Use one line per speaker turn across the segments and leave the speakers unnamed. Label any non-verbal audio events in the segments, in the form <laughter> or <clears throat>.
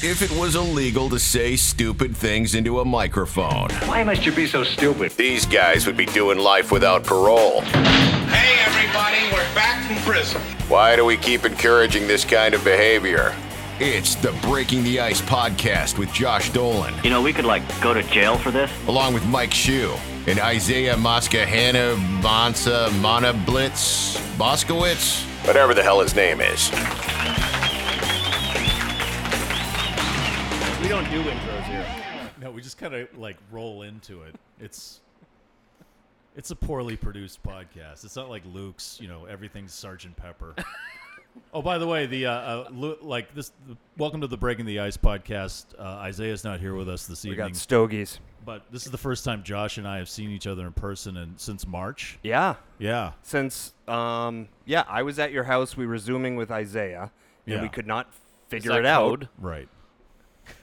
if it was illegal to say stupid things into a microphone.
Why must you be so stupid?
These guys would be doing life without parole.
Hey, everybody, we're back from prison.
Why do we keep encouraging this kind of behavior? It's the Breaking the Ice podcast with Josh Dolan,
You know, we could like go to jail for this.
along with Mike Shue and Isaiah Moscahana Bonsa Mana Blitz Boskowitz, whatever the hell his name is.
We don't do intros here.
No, we just kind of like roll into it. It's it's a poorly produced podcast. It's not like Luke's, you know, everything's Sergeant Pepper. oh, by the way, the uh, uh Lu- like this. The, welcome to the Breaking the Ice podcast. Uh, Isaiah's not here with us this
We
evening,
got stogies.
but this is the first time Josh and I have seen each other in person and since March.
Yeah.
Yeah,
Since um yeah, I was at your house. We were zooming with Isaiah, and
Yeah.
we could not figure
that
it out.
code?
right.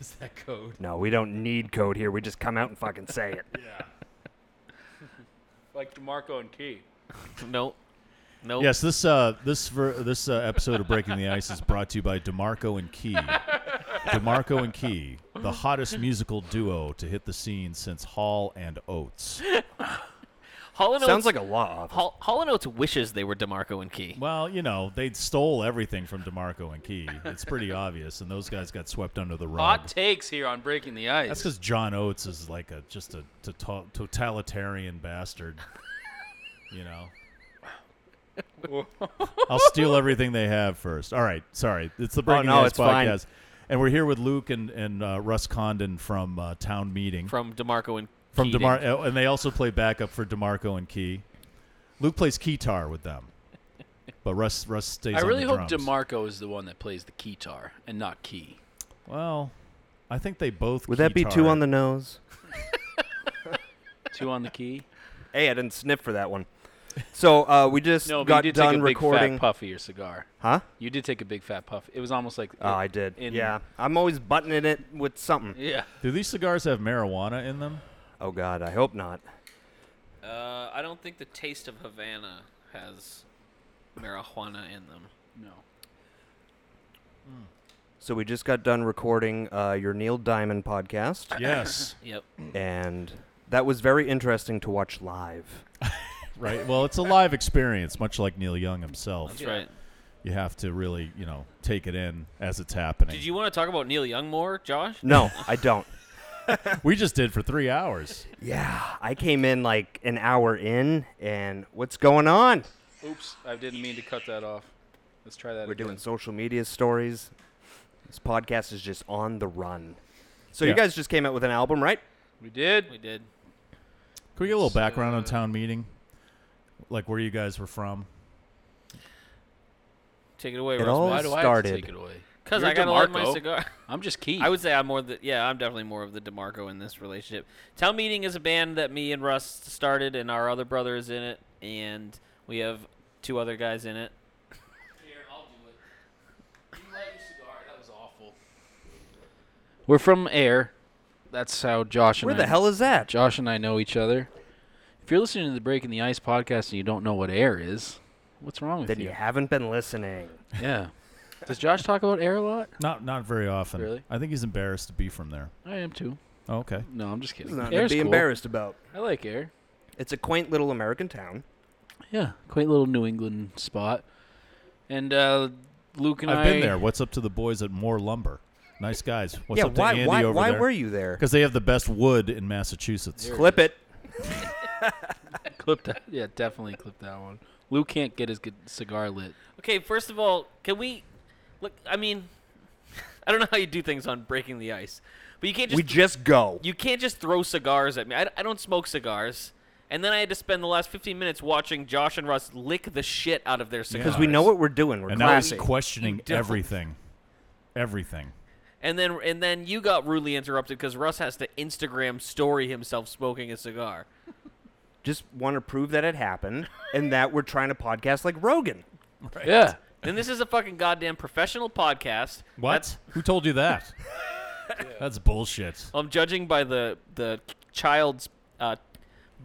Is that code?
No, we don't need code here. We just come out and fucking say
<laughs>
it.
like DeMarco and <laughs> T.
No. No.
Yes, this uh, this ver- this uh, episode of Breaking the Ice is brought to you by Demarco and Key. Demarco and Key, the hottest musical duo to hit the scene since Hall and Oates.
Hall and
Sounds like
Oates,
a law office.
Hall, Hall and Oates wishes they were Demarco and Key.
Well, you know they stole everything from Demarco and Key. It's pretty obvious, and those guys got swept under the rug.
Hot takes here on Breaking the Ice.
That's because John Oates is like a just a toto- totalitarian bastard. you know. I'll steal everything they have first. All right, sorry. It's the Breaking
no,
News
it's fine.
podcast, and we're here with Luke and and uh, Russ Condon from uh, Town Meeting
From Demarco and
from
Keating.
Demar, oh, and they also play backup for Demarco and Key. Luke plays guitar with them, but Russ Russ stays.
I really
on the
hope
drums.
DeMarco is the one that plays the keytar and not Key.
Well, I think they both.
Would that be two
guitar.
on the nose?
<laughs> Two on the key.
Hey, I didn't sniff for that one. So uh, we just
No, but
got
you did
done
take a big
recording.
fat puff of your cigar.
Huh?
You did take a big fat puff. It was almost like
Oh, I did.
in-
yeah, I'm always buttoning it with something.
Yeah.
Do these cigars have marijuana in them?
Oh God, I hope not.
Uh, I don't think the taste of Havana has marijuana in them.
No.
So we just got done recording uh, your Neil Diamond podcast.
Yes.
<laughs>
Yep.
and that was very interesting to watch live.
Right. Well, it's a live experience, much like Neil Young himself.
That's right.
You have to really, you know, take it in as it's happening.
Did you want to talk about Neil Young more, Josh?
No, I don't.
<laughs> we just did for three hours.
<laughs> Yeah, I came in like an hour in, and what's going on?
Oops, I didn't mean to cut that off. Let's try that
We're
again.
doing social media stories. This podcast is just on the run. So
Yeah.
you guys just came out with an album, right?
We did.
We did.
Can we get a little background on town meeting? Like where you guys were from?
Take it away,
It all
Why
Russ.
do I have
started.
to take it away?
Because
You're
I got to light my
DeMarco.
cigar.
I'm just Key.
I would say I'm more the yeah. I'm definitely more of the Demarco in this relationship. Town Meeting is a band that me and Russ started, and our other brother is in it, and we have two other guys in it.
We're from Air. That's how Josh and
Where
I
the hell is that?
Josh and I know each other. If you're listening to the Breaking the Ice podcast and you don't know what air is, what's wrong with
Then
you?
you haven't been listening.
yeah. Does Josh talk about air a lot?
Not not very often.
Really?
I think he's embarrassed to be from there.
I am too.
Oh, okay.
No, I'm just kidding.
There's nothing to
Air's
be
cool.
embarrassed about.
I like air.
It's a quaint little American town.
Yeah, quaint little New England spot. And uh, Luke and
I've
I.
been there. What's up to the boys at Moore Lumber? Nice guys. What's
yeah,
up to
why
Andy
why
over
why
there?
were you there?
Because they have the best wood in Massachusetts.
Clip it.
Clip that. <laughs> Yeah, definitely clip that one. Luke can't get his good cigar lit.
Okay, first of all, can we look? I mean, <laughs> I don't know how you do things on breaking the ice, but you can't just
we just go.
you can't just throw cigars at me. I, I don't smoke cigars, and then I had to spend the last 15 minutes watching Josh and Russ lick the shit out of their cigars.
Because we know what we're doing. We're
And now he's
classy.
questioning
don't.
everything. Everything.
And then and then you got rudely interrupted because Russ has to Instagram story himself smoking a cigar.
just want to prove that it happened and that we're trying to podcast like Rogan.
Yeah.
Then this is a fucking goddamn professional podcast.
What?
That's-
Who told you <laughs> that? That's bullshit.
I'm judging by the the child's uh,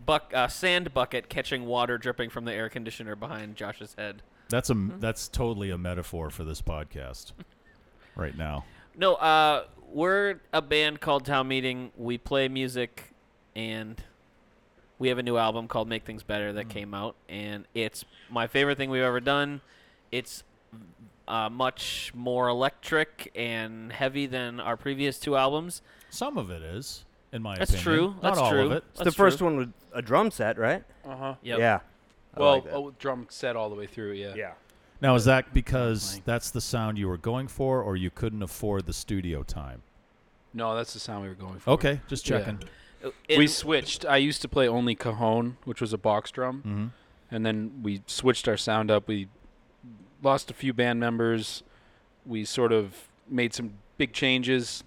buck uh, sand bucket catching water dripping from the air conditioner behind Josh's head.
That's a that's totally a metaphor for this podcast right now.
No, uh, we're a band called Town Meeting. We play music, and we have a new album called Make Things Better
Mm.
that came out, and it's my favorite thing we've ever done. It's uh, much more electric and heavy than our previous two albums.
Some of it is, in my
That's
opinion.
true.
Not
That's
all
true.
of it.
It's the first one with a drum set, right?
Uh huh.
Yeah. I
Well,
like that.
a drum set all the way through. Yeah.
yeah.
Now, is that because that's the sound you were going for, or you couldn't afford the studio time?
No, that's the sound we were going for.
Okay, just
Yeah.
checking.
Yep.
we
And-
switched. I used to play only cajon, which was a box drum,
Mm-hmm.
and then we switched our sound up. We lost a few band members. We sort of made some big changes.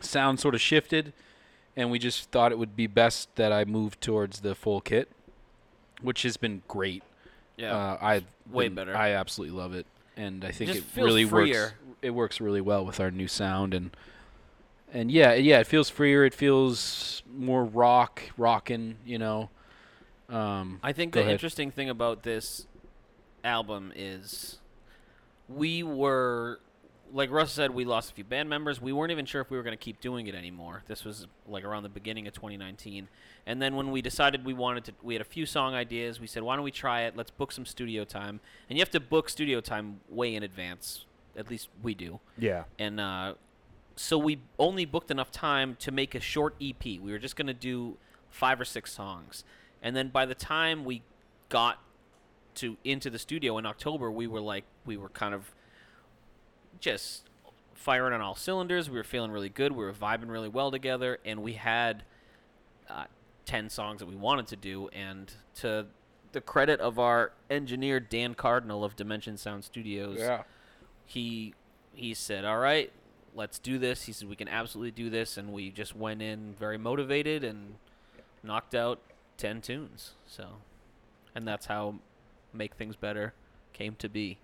Sound sort of shifted, and we just thought it would be best that I move towards the full kit, which has been great.
yeah.
Uh, I
Way
been-
better.
I absolutely love it, and I think
Just
it
feels
really works.
freer.
It works really well with our new sound and and yeah, yeah, it feels freer. It feels more rock, rockin', you know. Um,
I think
go
the
ahead.
interesting thing about this album is we were like Russ said, we lost a few band members. We weren't even sure if we were going to keep doing it anymore. This was like around the beginning of 2019. And then when we decided we wanted to, we had a few song ideas. We said, why don't we try it? Let's book some studio time. And you have to book studio time way in advance. At least we do
Yeah.
and uh, so we only booked enough time to make a short EP. We were just gonna do five or six songs, and then by the time we got to into the studio in October, we were like we were kind of just firing on all cylinders. We were feeling really good. We were vibing really well together, and we had uh, ten songs that we wanted to do. And to the credit of our engineer Dan Cardinal of Dimension Sound Studios, he he said, "All right, let's do this." He said, "We can absolutely do this," and we just went in very motivated and knocked out ten tunes. So, and that's how make things better came to be.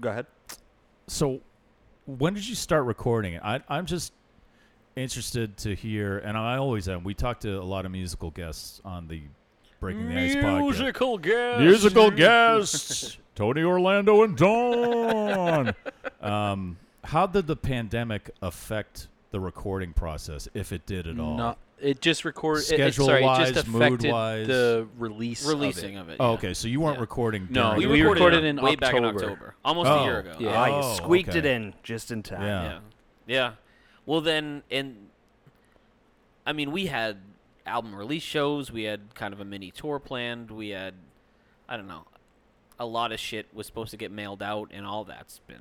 Go ahead.
So, when did you start recording it? I, I'm just interested to hear, and I always am. We talk to a lot of musical guests on the Breaking the Ice podcast.
guest.
musical guests Tony Orlando and Dawn. <laughs> um, how did the pandemic affect the recording process, if it did at all?
No, it just recorded. It, it, sorry, it just
Schedule-wise,
affected
mood-wise.
the release. of it.
Releasing of it.
Oh,
yeah.
okay, so you weren't
Yeah.
recording.
No,
during
We,
the
we
recorded,
recorded
it
in
way back in
October.
October, almost
Oh,
a year ago.
yeah.
Ah, you
Oh,
squeaked
okay.
it in just in time.
Yeah.
yeah, yeah. Well, then, and I mean, we had album release shows. We had kind of a mini tour planned. We had, I don't know, a lot of shit was supposed to get mailed out, and all that's been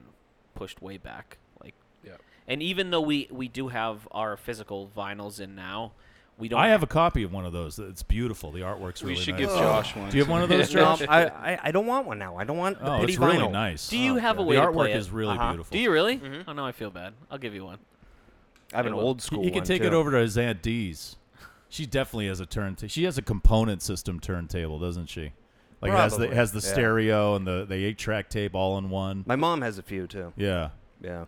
pushed way back. Like,
Yeah.
and even though we we do have our physical vinyls in now, we don't.
I have a copy of one of those. It's beautiful. The artwork's
We
really
should
nice.
give Josh one.
Do you have one of those, <laughs>
No,
Josh?
I, I, I don't want one now. I don't want <laughs> the
oh,
pity
it's really
vinyl.
nice.
Do you
Oh,
have a
God.
way
The
to
artwork
play
is
it?
really
Uh-huh.
beautiful.
do you really? Oh no, I feel bad. I'll give you one.
I have an
I will.
old school.
You can
one,
take it
too.
over to his aunt D's. She definitely has a turntable. She has a component system turntable, doesn't she? Like it has the it
Probably,
has the
yeah.
stereo and the the eight track tape all in one.
My mom has a few too.
Yeah.
Yeah.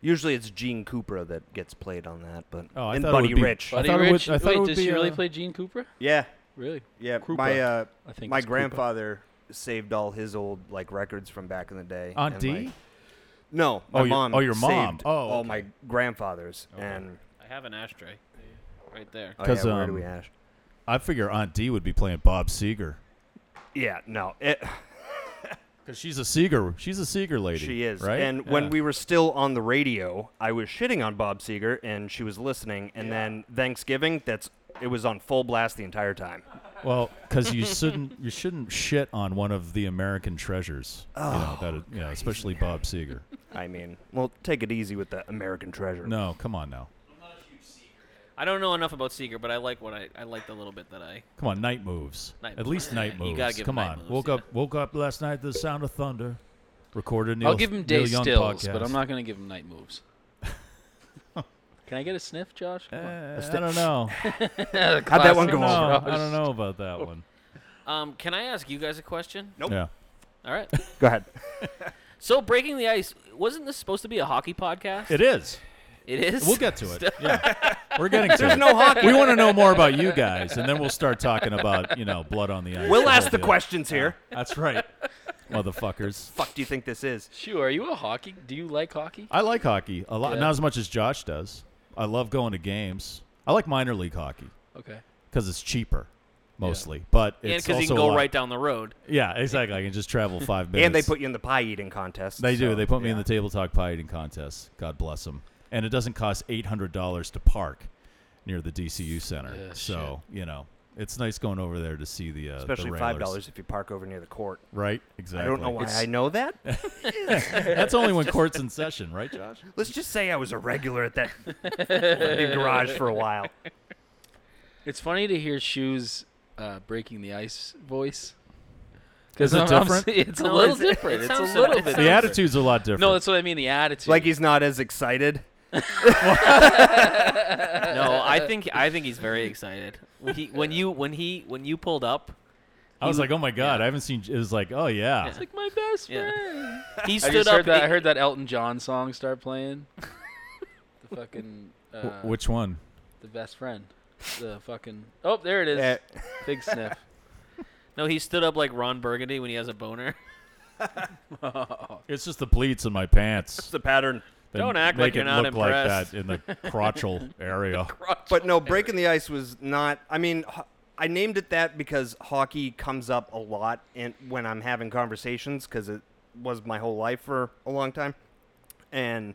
Usually it's Gene Cooper that gets played on that, but
Oh, I
and
thought it
Buddy
would be-
Rich.
But-
Buddy
I thought it would-
Rich.
I thought it
Wait,
would
does
be,
she really
uh,
play Gene Cooper?
yeah,
Really?
yeah.
Krupa.
My uh,
I think
my
it's Krupa.
grandfather saved all his old like records from back in the day.
Aunt
and,
D?
like- no, my
Oh, your-
mom.
oh, your mom.
saved
Oh,
all
okay.
my grandfathers and
I have an ashtray, right there.
oh,
'Cause,
yeah, where do
um,
we ash?
I figure Aunt D would be playing Bob Seger
Yeah, no, it, <sighs>
because she's a Seeger. She's a Seeger lady.
she is.
right.
And when
Yeah.
we were still on the radio, I was shitting on Bob Seger, and she was listening. And then Thanksgiving, that's it was on full blast the entire time.
well, because
<laughs>
you shouldn't you shouldn't shit on one of the American treasures. Oh, you know, that is- you know, especially Bob Seger.
I mean, well, take it easy with the American Treasure.
No, come on now,
I don't know enough about Seeger, but I like what I I like the little bit that I.
come on, night moves.
Night
At
moves.
least night
You
moves.
gotta give
come
night
on,
moves,
woke
yeah.
up woke up last night to the sound of thunder. Recorded Neil.
I'll give him day
Neil Young
stills,
podcast.
but I'm not going to give him night
<laughs>
moves. Can I get a sniff, Josh? Come on.
Eh, I don't know.
How'd that one
I
go
don't know.
over?
I don't know about that one.
Um, can I ask you guys a question?
Nope.
Yeah.
All right.
<laughs>
Go ahead.
So breaking the ice wasn't this supposed to be a hockey podcast?
It is.
it is.
We'll
<laughs>
get to it. Yeah. We're getting to it.
No hockey.
We want to know more about you guys, and then we'll start talking about, you know, blood on the ice.
We'll
whole
ask the
deal.
questions here.
That's right. motherfuckers.
fuck do you think this is?
Shu, are you a hockey? Do you like hockey?
I like hockey a lot,
Yeah.
not as much as Josh does. I love going to games. I like minor league hockey
Okay.
because it's cheaper, mostly. But
and
it's
because
also
you can
a
go
lot-
right down the road.
Yeah, exactly. I can just <laughs> travel five minutes.
And they put you in the pie eating contest.
They do.
so,
They put me in
yeah.
the table talk pie eating contest. God bless them. And it doesn't cost eight hundred dollars to park near the DCU center.
Yeah,
so you know, it's nice going over there to see the uh, the
Especially
Railers.
five dollars if you park over near the court.
Right. Exactly.
I don't know why I know that. <laughs>
<laughs> That's only when court's in session, right, Josh?
Let's just say I was a regular at that fucking garage for a while.
It's funny to hear Shu's uh, breaking the ice voice.
Is it
<laughs>
different?
It's a
No,
little
it's- it
different. It's a
sounds-
little
it
bit.
sounds-
The
different.
attitude's a lot different.
No, that's what I mean. The attitude.
Like
<laughs>
he's not as excited.
No, I think I think he's very excited. When He, when you when he when you pulled up,
I was like, oh my god, I haven't seen. It was like, oh yeah,
It's like my best
Yeah.
friend.
he
I
stood
just
up.
heard that. I
it-
heard that Elton John song start playing. <laughs> the fucking. Uh,
Wh- which one?
the best friend. The fucking. Oh, there it is.
Eh.
Big sniff.
No, he stood up like Ron Burgundy when he has
<laughs>
a boner.
It's just the pleats in my pants.
It's the pattern.
They
Don't act
make
like you're
it
not
look like
impressed.
that in the
<laughs>
crotchal area.
But no, breaking the ice was not. I mean, ho- I named it that because hockey comes up a lot in, when I'm having conversations because it was my whole life for a long time, and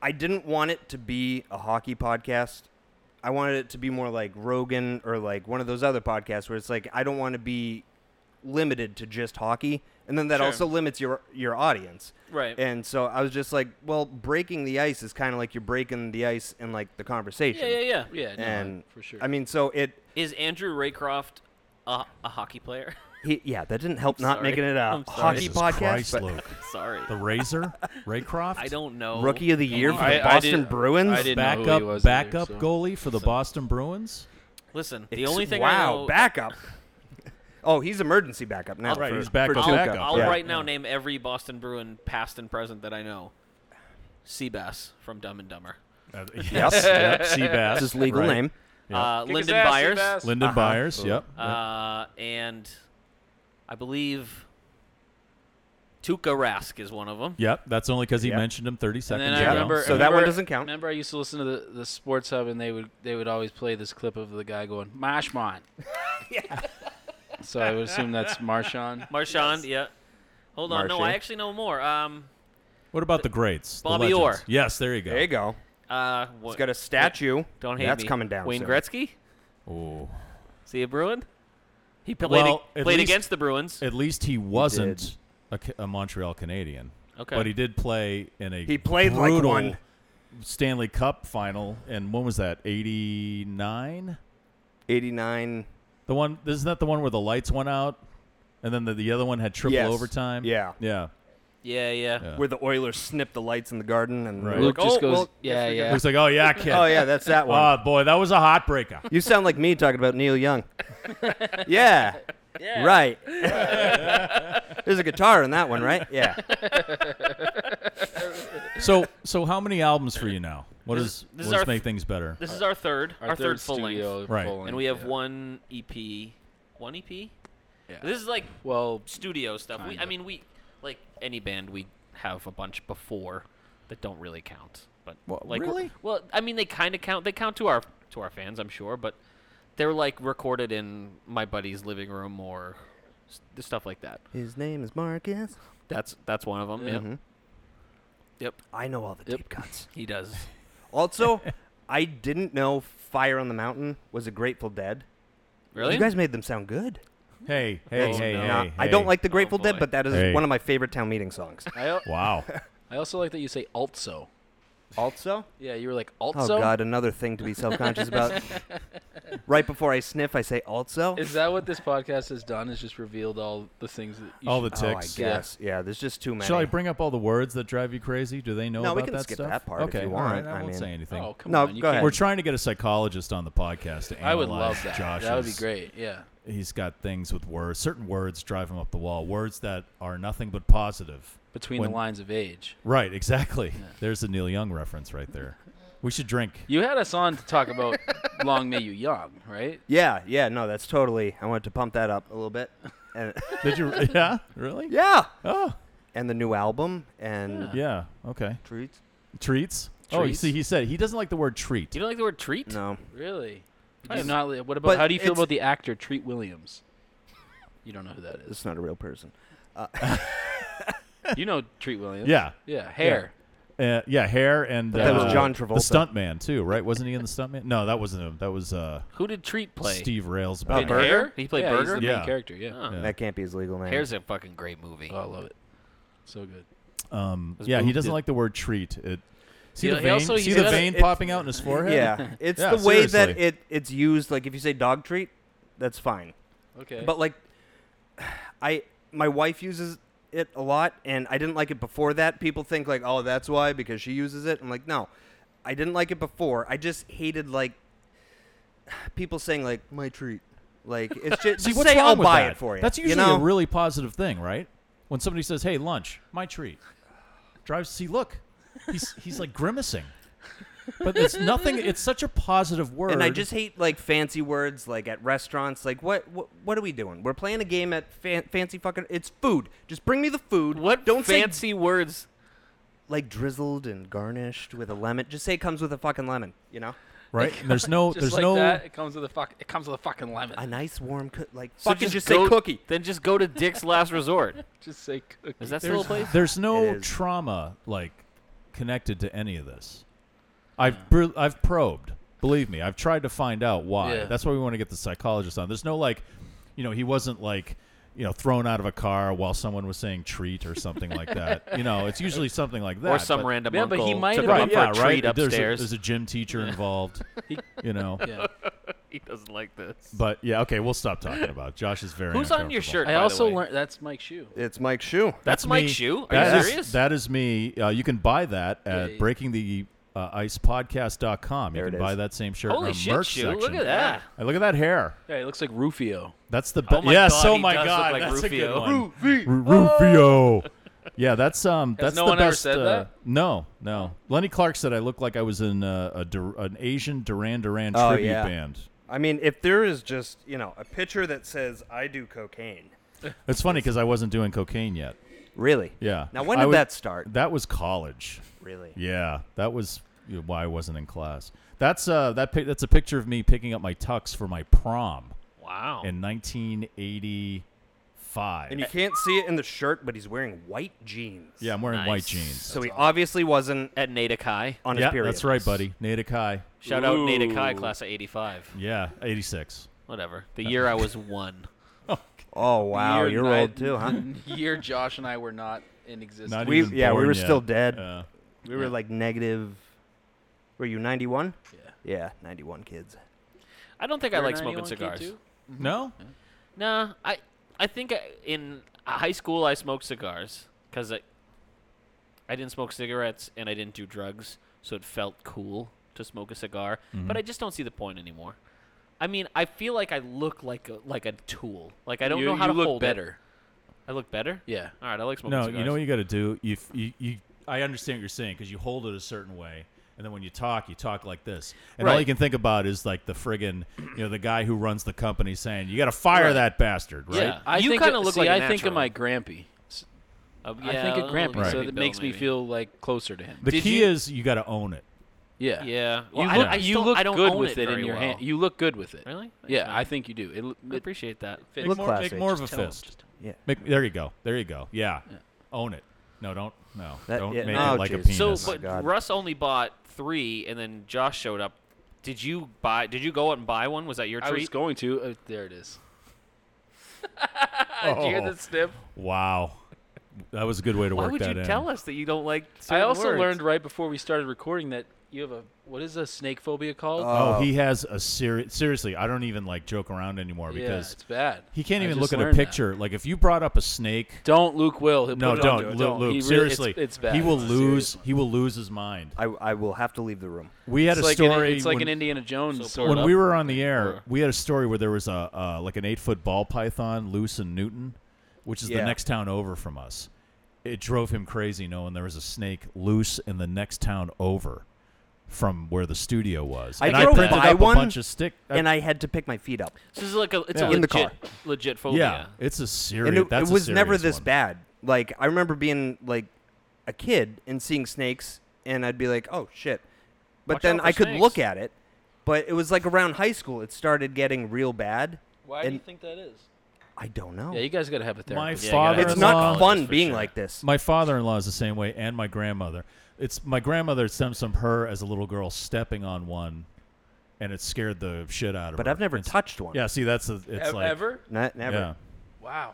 I didn't want it to be a hockey podcast. I wanted it to be more like Rogan or like one of those other podcasts where it's like I don't want to be limited to just hockey, and then that
Sure.
also limits your your audience.
Right.
And so I was just like, well, breaking the ice is kind of like you're breaking the ice in like the conversation.
Yeah, yeah, yeah.
Yeah, no,
And
for sure.
I mean, so it.
Is Andrew Raycroft a, a hockey player? <laughs>
He, yeah, that didn't help not
sorry.
making it
I'm
a
sorry.
hockey
Jesus
podcast.
Christ,
but
Luke.
Sorry,
The Razor, Raycroft.
I don't know.
rookie of the year for
I-
the
I
Boston
did-
Bruins.
I didn't know who he
backup
was either,
backup
so-
goalie for the Boston
<laughs>
Bruins.
Listen, the
Ex-
only thing I
Wow,
know.
backup. <laughs> oh, he's emergency backup now.
Right,
for-
he's backup,
for
I'll,
Tuca.
backup,
I'll
Yeah. <laughs>
right now name every Boston Bruin past and present that I know. Seabass from Dumb and Dumber.
Uh,
<laughs>
yes, yep, Seabass.
That's his legal
right.
name.
Yep.
Uh, Lyndon
ass,
Byers.
Seabass.
Lyndon
Uh-huh.
Byers. Yep.
Uh, and I believe Tuka Rask is one of them.
yep. That's only because he
Yep.
mentioned him 30
And
seconds
then
ago.
I remember,
So
I
that one
remember-
doesn't count.
Remember, I used to listen to the, the Sports Hub, and they would they would always play this clip of the guy going
<laughs>
Marshmon. So I would assume that's Marshawn.
Marchand, yeah. Hold on, no,
Marshy.
I actually know more. Um,
What about the greats? The
Bobby
legends?
Orr.
Yes, there you go.
There you go.
uh, what,
He's got a statue.
don't hate
That's
me.
coming down.
Wayne
soon.
Gretzky,
Ooh.
see a Bruin. He played
Well, at
played
least-
against the Bruins.
At least he wasn't a, Ca- a Montreal Canadian.
Okay.
But he did play in a
He played like
brutal
one.
Stanley Cup final. And when was that? 89?
89.
The one isn't that the one where the lights went out, and then the, the other one had triple
Yes.
overtime.
Yeah.
yeah.
yeah, yeah,
Yeah.
Where the Oilers snipped the lights in the garden and
Right.
were
Luke
like,
just
oh,
goes,
well,
yeah, yeah.
Looks like oh yeah, kid.
oh yeah, that's that one.
Oh boy, that was a heartbreaker.
You sound like me talking about Neil Young. <laughs> yeah. Right. <laughs> There's a guitar in that one, right? Yeah.
so so how many albums for you now? What does
this
what
is
does
our
make things better?
This is our third, our, third, full
studio
length,
Right.
full
and we have
length, yeah.
one EP, one EP.
Yeah.
This is like
Well,
studio stuff. We, I
Kinda.
mean, we like any band. We have a bunch before that don't really count. But like,
really?
Well, I mean, they kind of count. They count to our to our fans, I'm sure. But they're like recorded in my buddy's living room or s- stuff like that.
His name is Marcus.
That's that's one of them. Yep.
Mm-hmm.
Mhm.
Yep.
I know all the
Yep.
deep cuts.
<laughs> He does.
Also, I didn't know Fire on the Mountain was a Grateful Dead.
Really?
You guys made them sound good.
Hey hey
Oh,
hey,
no.
hey
Now, I don't
hey.
like the Grateful
boy.
Dead, but that is
Hey.
one of my favorite town meeting songs.
I, al-
Wow.
<laughs>
I also like that you say also.
Also,
Yeah, you were like
oh
also.
god, another thing to be self-conscious about. right before I sniff, I say also.
Is that what this podcast has done? Is just revealed all the things that you
All the
should-
oh, I
ticks.
guess. Yeah, there's just too many.
Shall I bring up all the words that drive you crazy? Do they know
No,
about
we can
that
skip
stuff?
that part if
okay,
you
all right,
want.
I,
I
won't
mean-
say anything.
Oh come
No,
on! you
go
can't-
ahead.
We're trying to get a psychologist on the podcast to analyze
I would love that.
Josh's.
That would be great. Yeah.
He's got things with words. Certain words drive him up the wall. Words that are nothing but positive.
Between
When-
the lines of age.
Right, exactly. There's a Neil Young reference right there. We should drink.
You had us on to talk about <laughs> Long May You Young, right? <laughs>
Yeah, yeah, no, that's totally. I wanted to pump that up a little bit. and
Did you? <laughs> Yeah. Really?
<laughs> yeah,
Oh.
and the new album and
Yeah. Okay.
treats.
Treats. Oh, you
Treats?
see, he said he doesn't like the word treat.
You don't like the word treat?
No,
Really? Do you not li- what about
But
how do you feel
it's-
about the actor Treat Williams? You don't know who that is.
it's <laughs> not a real person.
You know Treat Williams.
Yeah.
Yeah. Hair.
Uh, yeah, hair and
that was
uh,
John
the
Travolta.
stuntman too, right? Wasn't he in the stuntman? No, that wasn't him. That was uh,
Who did treat play?
Steve Rails.
Oh,
About
Burger?
He played
yeah,
Burger?
He's the
Yeah.
main character. Yeah.
Oh.
Yeah.
That can't be his legal name.
Hair's a fucking great movie.
Oh, I love it. So good.
um,
Was
yeah, he
Boog
doesn't
did-
like the word treat. It see
He-
the
he
vein,
also-
see
he
the
doesn't-
vein
it-
popping out in his forehead.
yeah,
<laughs>
it's
Yeah,
the way that
seriously.
it it's used. Like if you say dog treat, that's fine.
Okay.
But like, <sighs> I my wife uses it a lot, and I didn't like it before that. People think like, oh, that's why because she uses it. I'm like, no, I didn't like it before. I just hated like <sighs> people saying like my treat. Like
<laughs>
it's just,
See
just
what's
say
wrong
I'll
with
buy
that?
it for you.
That's usually
you know?
a really positive thing, right? When somebody says, "Hey, lunch, my treat," drives. See, look, he's he's like grimacing, but it's nothing. It's such a positive word.
And I just hate like fancy words like at restaurants. Like what what, what are we doing? We're playing a game at fan, fancy fucking. It's food. Just bring me the food.
What
Don't say
fancy words?
like drizzled and garnished with a lemon. Just say it comes with a fucking lemon. You know,
<laughs>
right. And there's no
just
there's
like
no
that, it comes with a fuck. It comes with a fucking lemon.
a nice warm coo- like
So
fucking just,
go-
say cookie.
Then just go to Dick's Last Resort.
Just say cookie.
Is that still a
<laughs>
place?
There's no
is.
trauma like connected to any of this.
Hmm.
I've br- I've probed. Believe me, I've tried to find out why.
Yeah.
That's why we want to get the psychologist on. There's no like, you know, he wasn't like, you know, thrown out of a car while someone was saying treat or something like that.
<laughs>
You know, it's usually something like that.
or some
but-
random
Yeah, but
uncle
he might
took
have-
him
Right,
up
yeah,
for a
right.
treat
There's a,
upstairs.
there's a gym
<laughs>
teacher involved. you know,
Yeah.
he doesn't like this.
but yeah, okay, we'll stop talking about. it. Josh is very.
Who's on your
uncomfortable.
shirt?
I
by the
also
way?
learned that's Mike Shoe.
It's Mike Shoe.
That's Mike
me.
Shue? Are you
That is-
serious?
that is me. Uh, you can buy that at
yeah.
breakingtheicepodcast.com. You
There
can
it
buy
is.
that same shirt in
Holy
our
shit,
merch
Shoe.
section.
Look at that.
Hey, look at that hair.
Yeah, he looks like Rufio.
That's the
Oh
best.
my
yes.
God,
oh
he
my
does look
god.
like
that's
Rufio.
a good one. Rufio. Yeah, that's um. That's
no
the
one ever
best.
said
uh,
that?
No, no. Lenny Clark said I looked like I was in uh, a Dur- an Asian Duran Duran
Oh,
tribute
yeah.
band.
I mean, if there is just you know a picture that says I do cocaine.
It's funny because I wasn't doing cocaine yet.
Really?
Yeah.
Now when
I
did
would-
that start?
That was college.
Really?
Yeah, that was you know, why I wasn't in class. That's uh that pic- that's a picture of me picking up my tux for my prom
Wow.
Oh.
in 1985.
And you can't see it in the shirt, but he's wearing white jeans.
yeah, I'm wearing white
<laughs>
Nice.
jeans.
So he obviously wasn't
At Nada Chi.
on
Yeah,
his period.
that's right, buddy. Nada Kai.
Shout out Nada Chi,
Ooh.
class of 85.
Yeah, 86.
Whatever. The year I was one.
Oh wow,
Year
you're
and I-
old too,
<laughs>
huh?
Year Josh and I were not in existence.
Not e-
We-
even
yeah, we
born
were
yet.
still dead.
Uh,
<laughs> We were like negative. Were you 91? Yeah. Yeah, 91 kids.
I don't think I
You're
like
91
smoking
kid
cigars.
too?
Mm-hmm.
no?
Nah, I I think I, in high school I smoked cigars because I I didn't smoke cigarettes and I didn't do drugs, so it felt cool to smoke a cigar.
Mm-hmm.
But I just don't see the point anymore. I mean, I feel like I look like a, like a tool. Like I don't
you,
know how
you
to
look
hold it.
better.
I look better.
Yeah.
All right, I like smoking
No,
cigars.
you know what you got to do? You, f- you you I understand what you're saying cuz you hold it a certain way. And then when you talk, you talk like this, and all
Right.
you can think about is like the friggin', you know, the guy who runs the company saying, "You got to fire
Right.
that bastard," right?
Yeah.
I
You
think
kinda
of-
look
see,
like a
I think of
natural.
my grampy. S-
Uh,
I
yeah,
think
a
of grampy,
little
Right.
so
Bill,
that makes me
maybe.
feel like closer to him.
The
Did
key
you-
is you got to own it.
yeah.
Yeah.
Well,
you
I
look,
don't-
I
you
just don't-
look
I don't
good
own
with
it
it, in
very
your
well.
hand. You look good with it.
Really? Thanks,
yeah,
man.
I think you do. It, l-
I
it
appreciate that.
fits.
Look
more,
classy.
Make more of a
Just tell 'em,
fist.
just tell 'em.
Yeah.
Make, there you go. There you go. Yeah. Own it. No, don't. No.
That-
don't
yeah,
make
no,
it like a
Jesus.
penis.
So,
my
but
God.
Russ only bought three, and then Josh showed up. Did you buy? Did you go out and buy one? Was that your
I was
treat?
going to. Uh, there it is.
oh,
Did you hear the sniff?
wow. That was a good way to
Why
work
would
that
you
in.
tell us that you don't like?
I
certain
also
words?
learned right before we started recording that you have a what is a snake phobia called?
Oh, he has a serious. Seriously, I don't even like joke around anymore
yeah,
because
it's bad.
he can't
I
even
just
look at a
learned that.
picture. Like if you brought up a snake.
Don't Luke will. He'll
No,
put it
don't,
onto it.
Lu- Luke.
He really-
seriously,
it's, it's bad.
he will
It's a serious
lose.
one.
He will lose his mind.
I, I will have to leave the room.
We had
It's
a
like an,
story.
it's like
when-
an Indiana Jones.
So
sort
when
of.
we were on the air, we had a story where there was a uh, like an eight foot ball python loose in Newton, which is the
Yeah.
next town over from us. It drove him crazy knowing there was a snake loose in the next town over. from where the studio was.
I
and
drove
I printed
by
up
one,
a bunch of stick.
and I had to pick my feet up.
This is like a it's
Yeah.
a
In the
legit,
car.
legit phobia.
yeah, it's a serious.
And it,
that's
it
a
was never
serious
this
one.
bad. Like I remember being like a kid and seeing snakes, and I'd be like, "Oh shit!" But
Watch
then
out for
I could
snakes.
look at it. But it was like around high school, it started getting real bad.
Why
do you
do you
And-
think that is?
I don't know.
Yeah, you guys got to have a
My
therapist.
father.
it's
father-in-law-
not fun
That's for
being
sure.
like this.
My father-in-law is the same way, and my grandmother. It's my grandmother stems from her as a little girl stepping on one, and it scared the shit out of her.
But I've never
It's-
touched one.
Yeah, see, that's a, it's like
ever?
Not, never.
yeah,
Wow.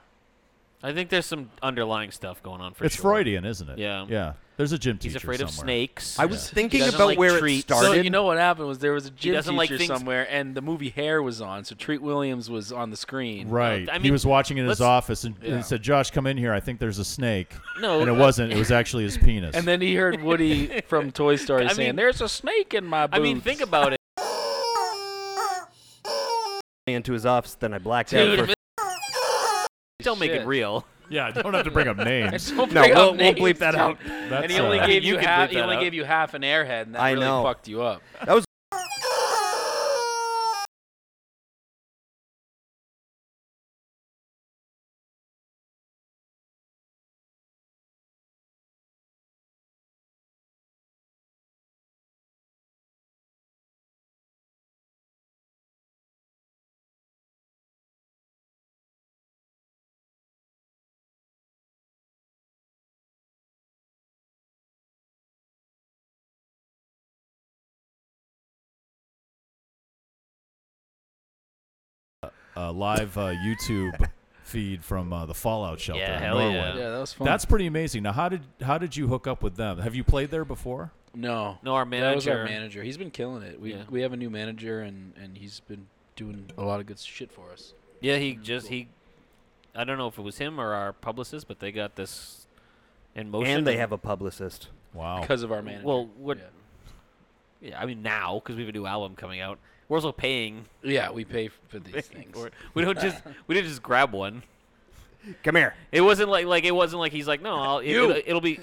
I think there's some underlying stuff going on for
it's
sure.
Freudian, isn't it?
Yeah.
yeah. There's a gym
He's
teacher
afraid of
somewhere.
snakes.
I was thinking
doesn't
about
like
where
treats.
it
So,
started.
So you know what happened was there was a gym
doesn't
teacher
like things-
somewhere, and the movie Hair was on, so Treat Williams was on the screen.
Right.
uh, I
he
mean,
was watching in
let's-
his office and, and
Yeah.
he said, "Josh, come in here. I think there's a
<laughs>
snake."
No,
and it
uh,
wasn't. It was actually his penis.
And then he heard <laughs> Woody from Toy Story
uh, I
saying,
mean-
"There's a snake in my boots."
I mean, think about it,
into his office, then I blacked
dude.
out. For,
Don't make it
Shit.
real.
<laughs> yeah, I don't have to bring up
<laughs>
<laughs>
names.
Don't
no,
bring
we'll,
up
we'll
names,
bleep that
dude. <laughs>
out.
That's,
And he only
uh,
gave
You
you
can
half.
bleep
He
that
only
out.
gave you half an airhead, and that
I
really
know.
fucked you up.
That was
uh, live uh, YouTube feed from uh, the Fallout shelter
Yeah,
in
hell
Norway.
yeah.
Yeah, that was fun.
That's pretty amazing. Now, how did how did you hook up with them? Have you played there before?
no,
No, our
That was our
manager-
manager. He's been killing it. We
Yeah.
we have a new manager, and and he's been doing a lot of good shit for us.
Yeah, he just he. I don't know if it was him or our publicist, but they got this in motion.
and they have a publicist.
<laughs>
Wow.
because of our manager.
Well, what?
Yeah.
Yeah. I mean now because we have a new album coming out. We're also paying.
Yeah, we pay f- for these things.
We're- we
<laughs>
don't just we didn't just grab one.
Come here.
It wasn't like like it wasn't like he's like no I'll, it,
You.
it'll, it'll be.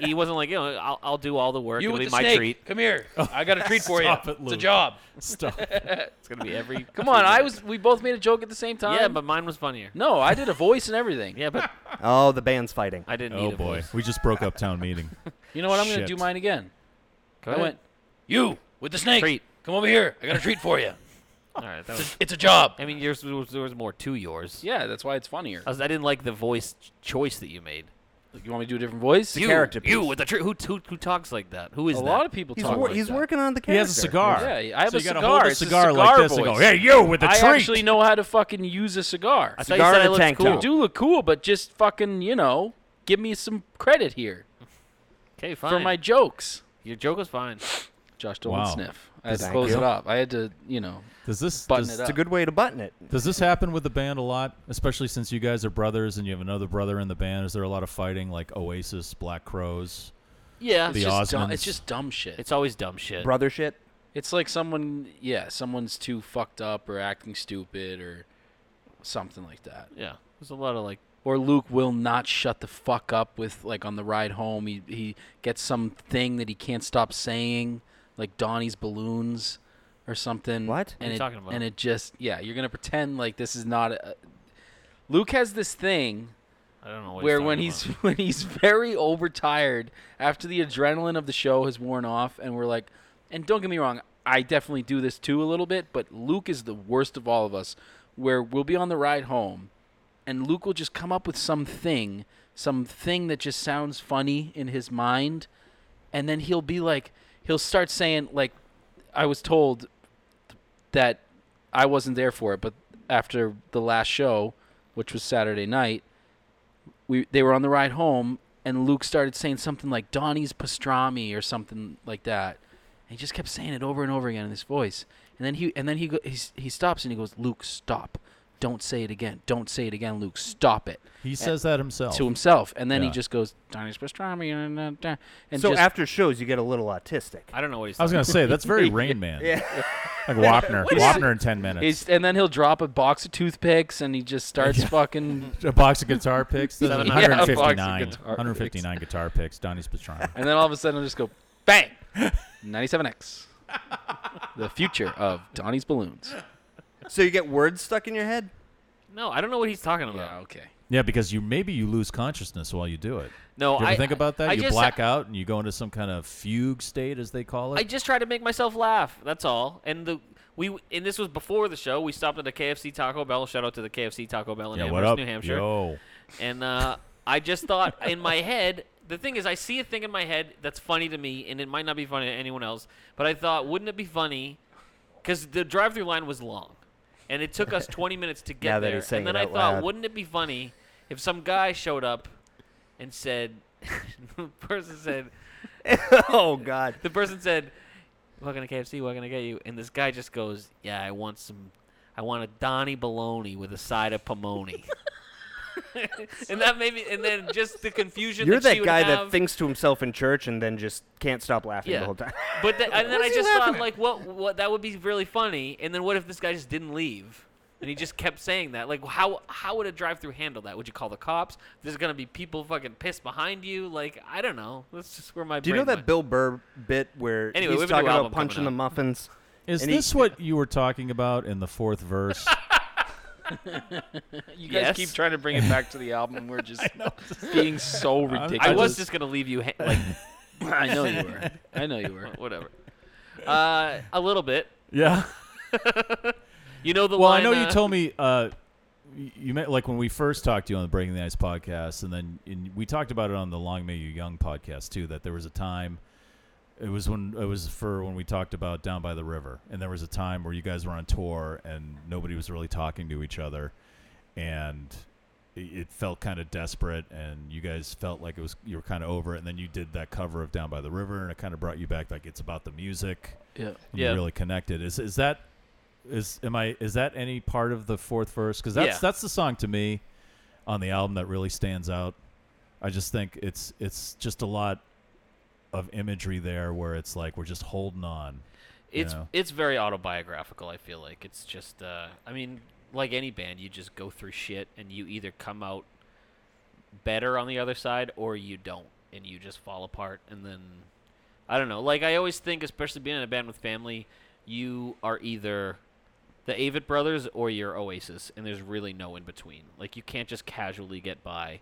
He wasn't like you know I'll, I'll do all the work.
you
it'll
with
be
the
my
snake?
treat.
Come here. <laughs> I got a treat for you.
Stop it,
it's a
Luke.
job. <laughs>
<laughs> Stop.
It's gonna be every.
Come on, I was. We both made a joke at the same time.
Yeah, but mine was funnier.
no, I did a voice and everything. <laughs>
Yeah, but
Oh, the band's fighting.
I didn't
oh
need a
boy,
voice.
we just broke up town
<laughs>
meeting.
You know what? I'm gonna
Shit.
do mine again.
Go
I
ahead.
went. You with the snake.
Treat.
Come over here. I got a treat for you.
All right.
<laughs>
That was,
It's a job.
I mean, yours was, there was more to yours.
Yeah, that's why it's funnier.
I, was, I didn't like the voice ch- choice that you made.
You want me to do a different voice?
you,
character
you
piece.
with the tr- who, who who talks like that? Who is
a
that?
lot of people
He's,
talk.
wor-
like
he's
that.
working on the character.
He has a cigar.
Yeah, I have
so
a
you gotta
cigar.
hold a
It's a
cigar, like
cigar
this and go,
voice.
"Hey, you with the
I
treat."
actually know how to fucking use a cigar.
I
said
thought
Cigar
you said
and
I
a
looked
tank
cool.
top.
You do look cool, but just fucking, you know, give me some credit here
Okay, fine.
for my jokes.
Your joke was fine.
Josh, don't
Wow.
sniff. I had to
Thank
close
you.
it up. I had to, you know,
Does this
Button
does,
it
It's
up.
a good way to button it.
does this happen with the band a lot? Especially since you guys are brothers and you have another brother in the band. Is there a lot of fighting like Oasis, Black Crows?
Yeah,
The
it's just, dumb,
Osmonds.
it's just dumb shit. It's,
it's always dumb shit.
Brother shit.
it's like someone, yeah, someone's too fucked up or acting stupid or something like that.
Yeah, there's a lot of like.
Or Luke will not shut the fuck up with like on the ride home. He he gets some thing that he can't stop saying, like Donnie's balloons or something.
What?
And
are you
it,
talking about?
And it just yeah, you're gonna pretend like this is not. A, Luke has this thing
I don't know what
where
he's
when
talking
he's <laughs>
about.
when he's very overtired after the adrenaline of the show has worn off and we're like and don't get me wrong i definitely do this too a little bit but luke is the worst of all of us where we'll be on the ride home and luke will just come up with something something that just sounds funny in his mind and then he'll be like he'll start saying like i was told that i wasn't there for it but after the last show which was saturday night we they were on the ride home and Luke started saying something like Donnie's pastrami or something like that. And he just kept saying it over and over again in this voice. And then he and then he go, he's, he stops and he goes, "Luke, stop. Don't say it again. Don't say it again, Luke. Stop it."
He says that
Oh.
himself.
To himself. And then he
Yeah.
just goes, "Donnie's pastrami." And, and, and
so
just,
after shows, you get a little autistic.
I don't know what he's.
I was
talking
gonna say that's
<laughs>
very Rain Man. yeah. Like Wapner. Wapner in ten minutes.
he's, and then he'll drop a box of toothpicks and he
<laughs>
just starts fucking
A box of guitar picks.
<laughs> Yeah, a box of
159.
guitar picks.
159 guitar picks. Donnie's Pastrana.
and then all of a sudden I'll just go Bang! <laughs> 97X.
<laughs>
the future of Donnie's Balloons.
So you get words stuck in your
<laughs>
head?
No, I don't know what he's talking about.
Yeah, Uh, okay.
Yeah, because you maybe you lose consciousness while you do it.
No,
you ever
I
think about that.
I
you
just,
black out and you go into some kind of fugue state, as they call it.
I just tried to make myself laugh. That's all. And the we and this was before the show. We stopped at a KFC Taco Bell. Shout out to the KFC Taco Bell in
yeah,
Amherst,
what up,
New Hampshire.
Yo,
And uh, I just thought in my head. The thing is, I see a thing in my head that's funny to me, and it might not be funny to anyone else. But I thought, wouldn't it be funny? Because the drive-through line was long, and it took
<laughs>
us 20 minutes to get
Now that
there.
he's saying
and then
it
I
out
thought,
loud.
wouldn't it be funny if some guy showed up and said, <laughs> the person said,
Oh God.
the person said, "What can I KFC? What can I get you?" And this guy just goes, "Yeah, I want some. I want a Donny Baloney with a side of pomoni." <laughs> and that made me. And then just the confusion.
You're
that, she
that
would
guy
have,
that thinks to himself in church and then just can't stop laughing the whole
<laughs>
time.
But then, and then I just thought, like, what? What? That would be really funny. And then what if this guy just didn't leave? And he just kept saying that. Like, how how would a drive-through handle that? Would you call the cops? There's gonna be people fucking pissed behind you. Like, I don't know. That's just where my.
Do you know
brain
that
went.
Bill Burr bit where
Anyway, we
he's
have a new
talking
album
about
coming
punching the
out.
muffins?
is
And he-
this what you were talking about in the fourth
<laughs>
verse?
You guys
Yes.
keep trying to bring it back <laughs> to the album. We're just being so ridiculous.
I was just gonna leave you ha- like
<laughs> I know you were. I know you were.
<laughs> whatever. Uh, a little bit.
yeah.
You know the
Well,
line.
I know you
uh,
told me uh, y- you meant like when we first talked to you on the Breaking the Ice podcast, and then and we talked about it on the Long May You Young podcast too. That there was a time. It was when it was for when we talked about down by the river, and there was a time where you guys were on tour and nobody was really talking to each other, and i- it felt kind of desperate, and you guys felt like it was you were kind of over it, and then you did that cover of down by the river, and it kind of brought you back like it's about the music
Yeah.
and you
Yeah.
really connected. Is is that is am I is that any part of the fourth verse? Because that's
Yeah.
that's the song to me on the album that really stands out. I just think it's it's just a lot of imagery there where it's like we're just holding on.
It's
know.
it's very autobiographical. I feel like it's just. Uh, I mean, like any band, you just go through shit, and you either come out better on the other side, or you don't, and you just fall apart. And then, I don't know. Like I always think, especially being in a band with family, you are either the Avett Brothers or your Oasis, and there's really no in between. Like you can't just casually get by.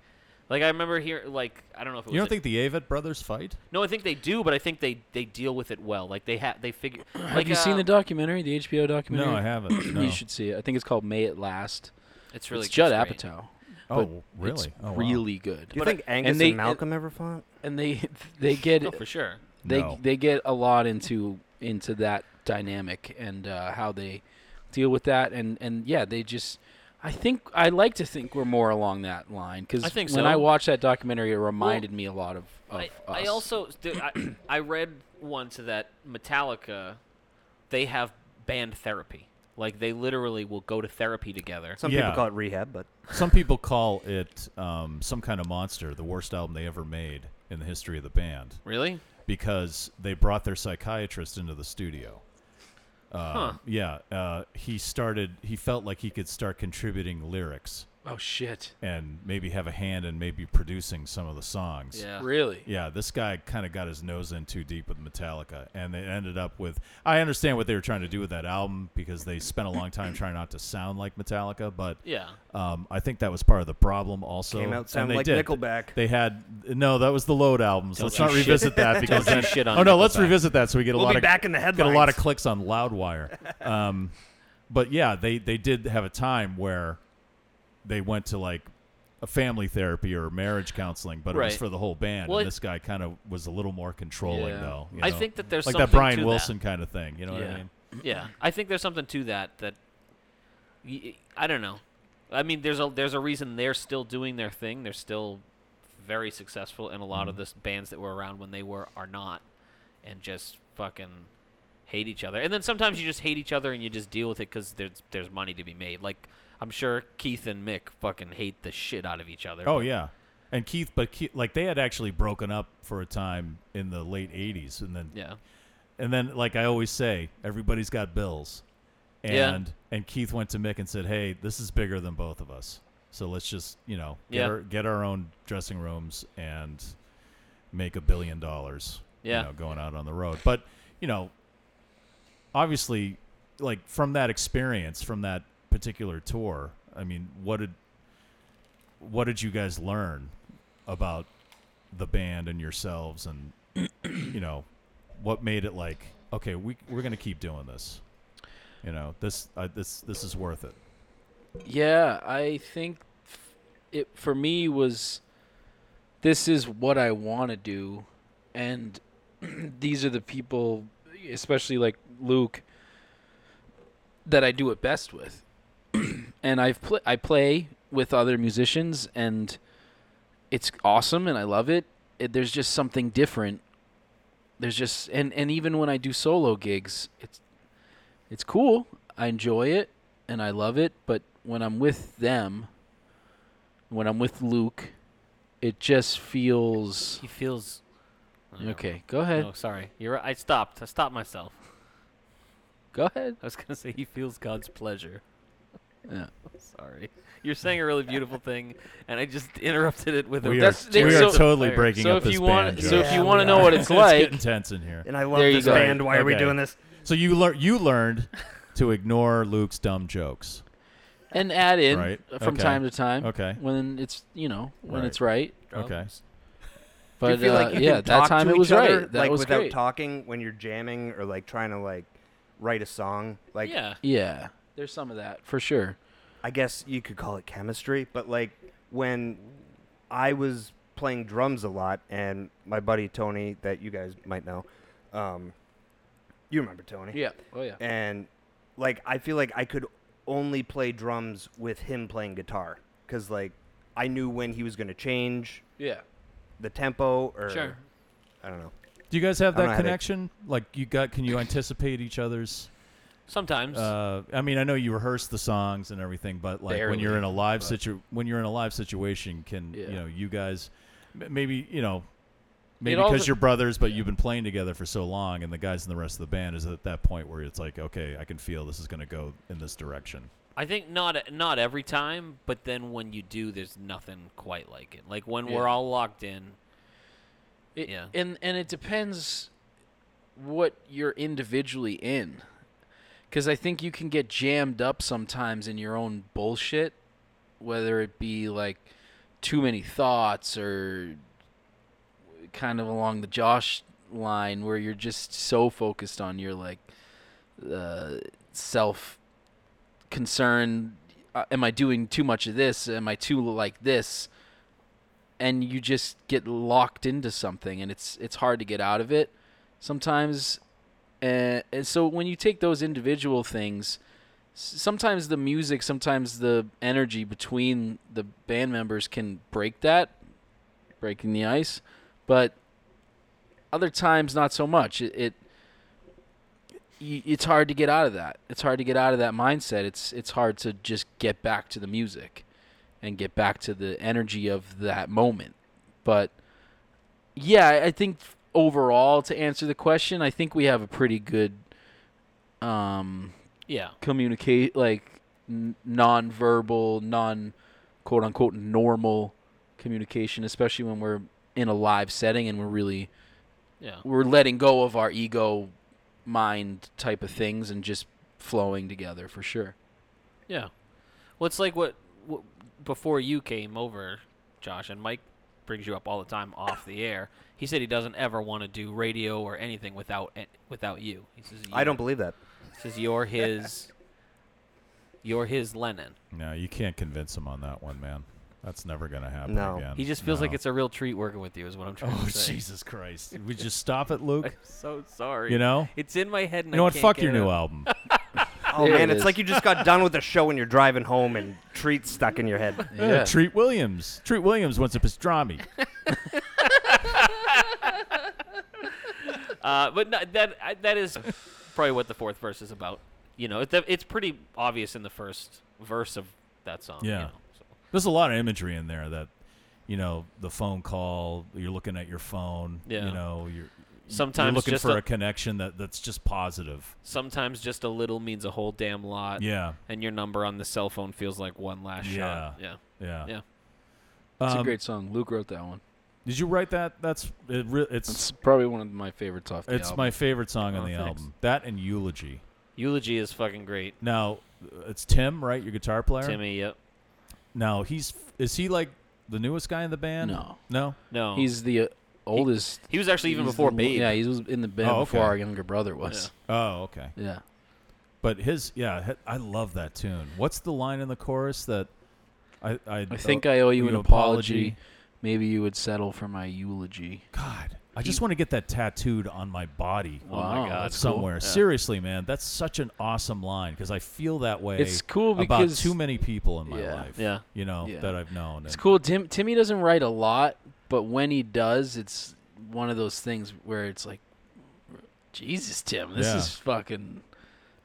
Like I remember here, like I don't know if it was
You don't
a-
think the Avett brothers fight?
No, I think they do, but I think they they deal with it well. Like they have they
<clears throat>
figure. Like,
Have you seen the
um,
documentary, the HBO documentary?
No, I
<clears throat>
haven't. No.
<clears throat> You should see it. I think it's called May It Last.
It's really
it's Judd
great.
Apatow. but
oh,
It's
really? Oh, wow.
really good.
Do you think Angus and,
they-
Malcolm ever fought?
And they <laughs> they get
Oh, for sure.
they
No.
they get a lot into into that dynamic and uh, how they deal with that and and yeah they just I think I like to think we're more along that line because
I think
when I
so.
watched that documentary it reminded me a lot of, of
I,
us. <clears throat>
I also th- I, I read once that Metallica, they have band therapy. Like they literally will go to therapy together.
Some
Yeah.
people call it rehab, but
Some people call it um, some kind of monster, the worst album they ever made in the history of the band.
Really?
because they brought their psychiatrist into the studio. Uh, Yeah, uh, he started. He felt like he could start contributing lyrics
oh shit
and maybe have a hand in maybe producing some of the songs.
Yeah.
really
Yeah, this guy kind of got his nose in too deep with Metallica, and they ended up with. I understand what they were trying to do with that album because they spent a long time trying not to sound like Metallica, but
Yeah.
um, I think that was part of the problem. Also,
Came out
And
sounding
they
like
did.
Nickelback.
They had no, that was the Load albums. let's
you
not
shit-
revisit that because
you
then,
shit on
oh no, let's
Nickelback.
revisit that so we get a
We'll
lot
be
of
back in the
Get a lot of
headlines.
clicks on
<laughs>
Loudwire. Um, but yeah, they they did have a time where they went to like a family therapy or marriage counseling, but it was
Right.
for the whole band.
Well,
and
it-
this guy kind of was a little more controlling
Yeah.
though. you
I
know?
think that there's
like
something
that Brian
to that.
Wilson kind of thing. You know what I
Yeah.
mean?
Yeah, I think there's something to that. That y- I don't know. I mean, there's a there's a reason they're still doing their thing. They're still very successful, and a lot
Mm-hmm.
of the bands that were around when they were are not, and just fucking hate each other. And then sometimes you just hate each other and you just deal with it because there's there's money to be made. Like I'm sure Keith and Mick fucking hate the shit out of each other.
Oh
but-
yeah, and Keith, but Keith, like they had actually broken up for a time in the late '80s, and then
yeah.
and then like I always say, everybody's got bills. And
Yeah.
and Keith went to Mick and said, "Hey, this is bigger than both of us. So let's just, you know, get
Yeah.
our get our own dressing rooms and make a billion dollars."
Yeah.
you know, going out on the road. But you know, obviously, like from that experience, from that particular tour, I mean, what did what did you guys learn about the band and yourselves, and <coughs> you know, what made it like okay, we we're gonna keep doing this. You know, this uh, this this is worth it.
Yeah, I think f- it for me was this is what I want to do, and <clears throat> these are the people, especially like Luke, that I do it best with. <clears throat> and I've pl- I play with other musicians, and it's awesome, and I love it. it. There's just something different. There's just and and even when I do solo gigs, it's it's cool. I enjoy it and I love it, but when I'm with them, when I'm with Luke, it just feels
He feels.
okay. Go ahead.
No, sorry. You're. right. I stopped. I stopped myself.
Go ahead.
<laughs> I was gonna say he feels God's pleasure.
Yeah.
<laughs> Sorry. You're saying a really beautiful thing, and I just <laughs> interrupted it with a.
We are,
That's-
we are
so-
totally
so
breaking
So
up
if
this
you
band.
want, so if
Josh.
you want to know
<laughs>
what <laughs> it's like,
getting tense in here.
And I love
There you
this
go.
band. Why are we
Okay.
doing this?
So you learn you learned to ignore Luke's dumb jokes.
and add in
Right.
uh, from
Okay.
time to time,
Okay.
when it's you know when
Right.
it's right.
Okay.
Do you
But
feel
uh,
like you
yeah,
can
that
talk
time
to
it was
each other,
right. That
like
was
without
great.
talking when you're jamming or like trying to like write a song. Like
Yeah.
yeah, there's some of that for sure.
I guess you could call it chemistry, but like when I was playing drums a lot, and my buddy Tony, that you guys might know, um, you remember Tony?
Yeah. Oh yeah.
And like I feel like I could only play drums with him playing guitar, cause like I knew when he was gonna change
Yeah.
the tempo or
Sure.
I don't know.
Do you guys have
I don't
that
have it.
connection? Like you got? Can you anticipate each other's?
Sometimes.
Uh, I mean, I know you rehearse the songs and everything, but like when you're
Barely,
in a live situ, when you're in a live situation, can you
Yeah.
know you guys? m- Maybe you know. Maybe
all
because
de-
you're brothers, but you've been playing together for so long, and the guys in the rest of the band is at that point where it's like, okay, I can feel this is going to go in this direction.
I think not not every time, but then when you do, there's nothing quite like it. Like when we're
Yeah.
all locked in.
It,
Yeah.
And and it depends what you're individually in. Cuz I think you can get jammed up sometimes in your own bullshit, whether it be like too many thoughts or kind of along the Josh line where you're just so focused on your like uh, self concern uh, am I doing too much of this? Am I too like this? and you just get locked into something and it's it's hard to get out of it sometimes uh, and so when you take those individual things s- sometimes the music sometimes the energy between the band members can break that breaking the ice but other times not so much it, it y- it's hard to get out of that it's hard to get out of that mindset it's it's hard to just get back to the music and get back to the energy of that moment. But yeah, I- I think overall, to answer the question, I think we have a pretty good um,
Yeah.
communicate, like n- non-verbal, non quote unquote normal communication, especially when we're in a live setting and we're really
Yeah.
we're letting go of our ego mind type of things and just flowing together for sure.
Yeah. Well, it's like what, what before you came over, Josh, and Mike brings you up all the time off the air. He said he doesn't ever want to do radio or anything without a- without you. He says
I don't
"You're-
believe
<laughs>
that.
he says you're his you're his Lennon.
No, you can't convince him on that one, man. That's never going to happen
No.
again.
He just feels like
Um, No.
it's a real treat working with you is what I'm trying
Oh
to say.
Jesus Christ! We just stop it, Luke.
<laughs> I'm so sorry.
You know?
It's in my head and
You know
I
what?
can't
Fuck
get
your
it
new
out. <laughs>
album.
Oh
There
man,
it
it's
is.
like you just got done with a show and you're driving home and treats stuck in your head.
<laughs>
Yeah, Treat Williams. Treat Williams wants a
<laughs>
pastrami.
Uh, but no, that I- that is probably what the fourth verse is about. You know, it, it's pretty obvious in the first verse of that song. you
Yeah.
know, so.
There's a lot of imagery in there that, you know, the phone call. You're looking at your phone.
Yeah.
You know, you're
Sometimes
you're looking
just
for
a-
a, connection that that's just positive.
Sometimes just a little means a whole damn lot.
Yeah.
And your number on the cell phone feels like one last
Yeah.
shot. Yeah.
Yeah.
Yeah.
It's
Um,
a great song. Luke wrote that one.
Did you write that? That's it, re-
It's
it's
probably one of my favorites off the
it's
album.
my favorite song on
Oh,
the
thanks.
album. That and Eulogy.
Eulogy is fucking great.
Now, it's Tim, right? Your guitar player.
Timmy, yep.
Now he's is he like the newest guy in the band?
No.
no.
No,
He's the uh, oldest.
Oh. he was actually even
he's
before
the-
Babe.
Yeah, he was in the band
Oh,
before
okay.
our younger brother was.
Oh, okay.
Yeah.
But his, yeah, he- I love that tune. What's the line in the chorus that I? uh, I,
I think I owe you an apology. Maybe you would settle for my eulogy.
God, I just want to get that tattooed on my body
Oh my Wow, God, that's cool.
somewhere. Seriously, man, that's such an awesome line because I feel that way.
It's cool
about
because-
too many people in my
Yeah.
life.
Yeah.
you know
Yeah.
that I've known.
It's
and-
cool. Tim Timmy doesn't write a lot, but when he does, it's one of those things where it's like, Jesus, Tim, this
Yeah.
is fucking,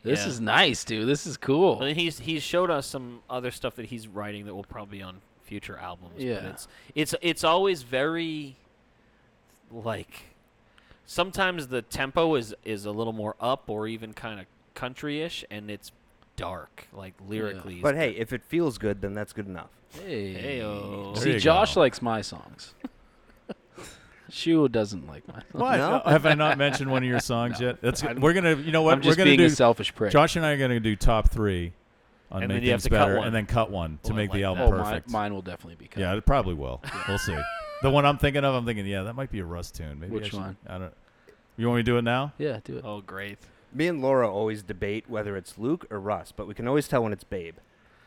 this
Yeah.
is nice, dude. This is cool.
Well, he's he's showed us some other stuff that he's writing that will probably be on future albums.
Yeah.
but it's it's it's always very like sometimes the tempo is is a little more up or even kind of country-ish, and it's dark like lyrically.
But hey, if it feels good, then that's good enough.
Hey.
Heyo.
There
See,
you
Josh
go.
likes my songs. <laughs> Shu doesn't like my songs.
What?
No?
Have I not mentioned one of your
<laughs>
songs yet? That's we're gonna. You know what?
I'm just
we're gonna
being
do.
a selfish prick.
Josh and I are gonna do top three on
And
make
then you have
things
to cut
better,
one.
and then cut one to
Oh, I
make the
like
album
oh, mine,
perfect.
mine will definitely be cut.
Yeah, it probably will. We'll see. The one I'm thinking of, I'm thinking, yeah, that might be a Rust tune. Maybe I
Which
should-
one?
I don't. You want me to do it now?
Yeah, do it.
oh, great!
Me and Laura always debate whether it's Luke or Russ, but we can always tell when it's Babe.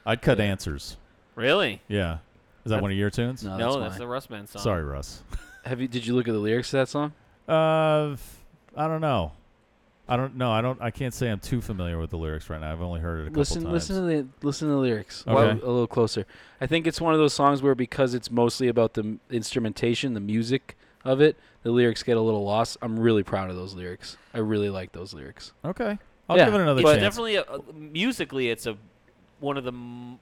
I'd cut answers.
Really?
Yeah. Is that one of your tunes?
No,
no,
Oh, that's
that's,
mine.
the Rustman song.
Sorry, Russ.
Have you? Did you look at the lyrics to that song?
Uh, f- I don't know. I don't know. I don't. I can't say I'm too familiar with the lyrics right now. I've only heard it a couple
Listen,
times.
listen to the listen to the lyrics.
Okay.
Well, a little closer. I think it's one of those songs where because it's mostly about the m- instrumentation, the music of it, the lyrics get a little lost. I'm really proud of those lyrics. I really like those lyrics.
Okay. I'll
Yeah,
give it another
It's
but-
chance.
definitely a, a- musically, it's a one of the m-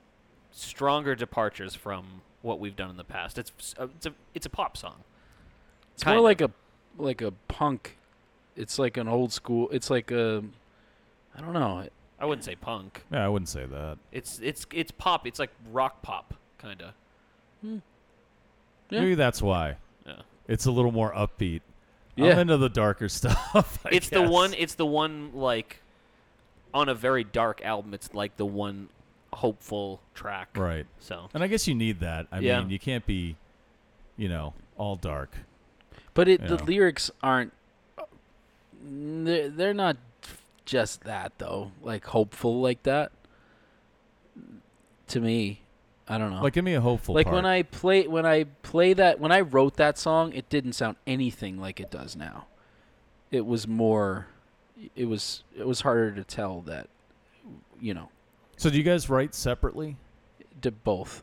stronger departures from what we've done in the past. It's a, it's a it's a pop song.
It's
Kind
more
of.
like a like a punk. It's like an old school. It's like a I don't know.
I wouldn't say punk.
yeah, I wouldn't say that.
It's it's it's pop. It's like rock pop kind of.
Yeah.
Maybe that's why.
Yeah.
It's a little more upbeat. I'm
Yeah.
into the darker <laughs> stuff. I
It's the
guess.
one. It's the one like on a very dark album. It's like the one hopeful track.
Right.
So
And I guess you need that. I
Yeah.
mean, you can't be, you know, all dark.
But it the
Yeah.
lyrics aren't. They're, they're not just that though. Like hopeful like that. To me, I don't know.
Like, give me a hopeful.
like
part.
when I play when I play that when I wrote that song, it didn't sound anything like it does now. It was more. It was it was harder to tell that, you know,
So do you guys write separately?
to both.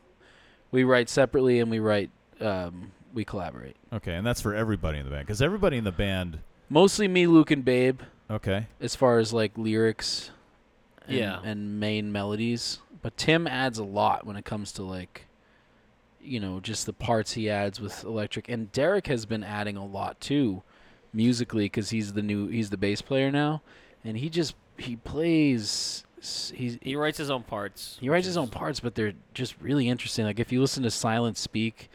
We write separately and we write. Um, we collaborate
Okay, and that's for everybody in the band because everybody in the band.
mostly me, Luke, and Babe.
Okay.
as far as like lyrics Uh, and,
Yeah.
and main melodies. But Tim adds a lot when it comes to like you know, just the parts he adds with electric and Derek has been adding a lot too musically cuz he's the new he's the bass player now and he just he plays s- he's
he writes his own parts.
he writes
which
his
is-
own parts but they're just really interesting like if you listen to Silent Speak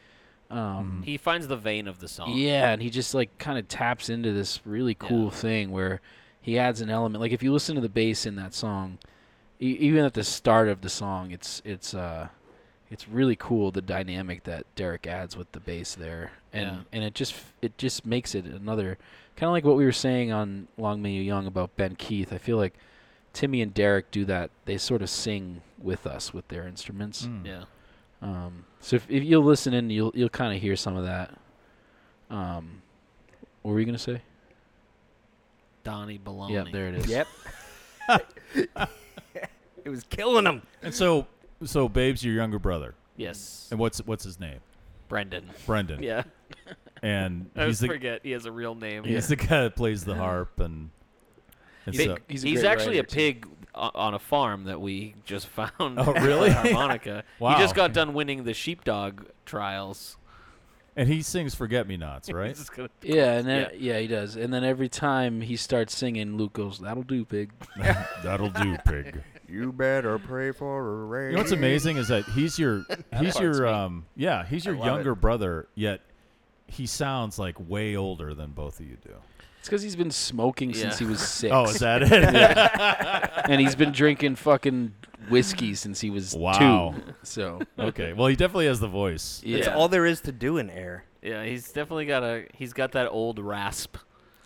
um
He finds the vein of the song.
yeah, and he just like kind of taps into this really cool thing where he adds an element. Like if you listen to the bass in that song, e- even at the start of the song, it's it's uh it's really cool the dynamic that Derek adds with the bass there, and
Yeah.
and it just it just makes it another kind of like what we were saying on Long May You Young about Ben Keith. I feel like Timmy and Derek do that. They sort of sing with us with their instruments.
Yeah.
Um, so if, if you'll listen in, you'll you'll kind of hear some of that. Um, what were you gonna say?
Donnie Baloney.
Yeah, there it is.
It was killing him.
And so, so Babe's your younger brother,
Yes.
and what's what's his name?
Brendan.
Brendan.
Yeah. <laughs>
And
I
he's the
forget he has a real name.
he's the guy that plays the harp and. and
Big-
so-
He's
He's,
a great
actually a
writer, too.
pig o- on a farm that we just found. <laughs>
Oh, really? <laughs>
a harmonica.
Wow.
He just got done winning the sheepdog trials.
and he sings "Forget Me Nots," right?
He's just gonna-
Yeah, and then yeah. he does. And then every time he starts singing, Luke goes, "That'll do, pig."
That'll
<laughs>
do, pig.
You better pray for a
You
rain.
know what's
<laughs>
amazing is that he's your he's your um yeah he's your younger brother yet he sounds like way older than both of you do.
It's because he's been smoking since he
Yeah.
was six.
Oh, is that it?
<laughs> and he's been drinking fucking whiskey since he was
Wow.
<laughs>
two. So
Okay. Well, he definitely has the voice.
Yeah.
It's all there is to do in air.
yeah, he's definitely got a he's got that old rasp.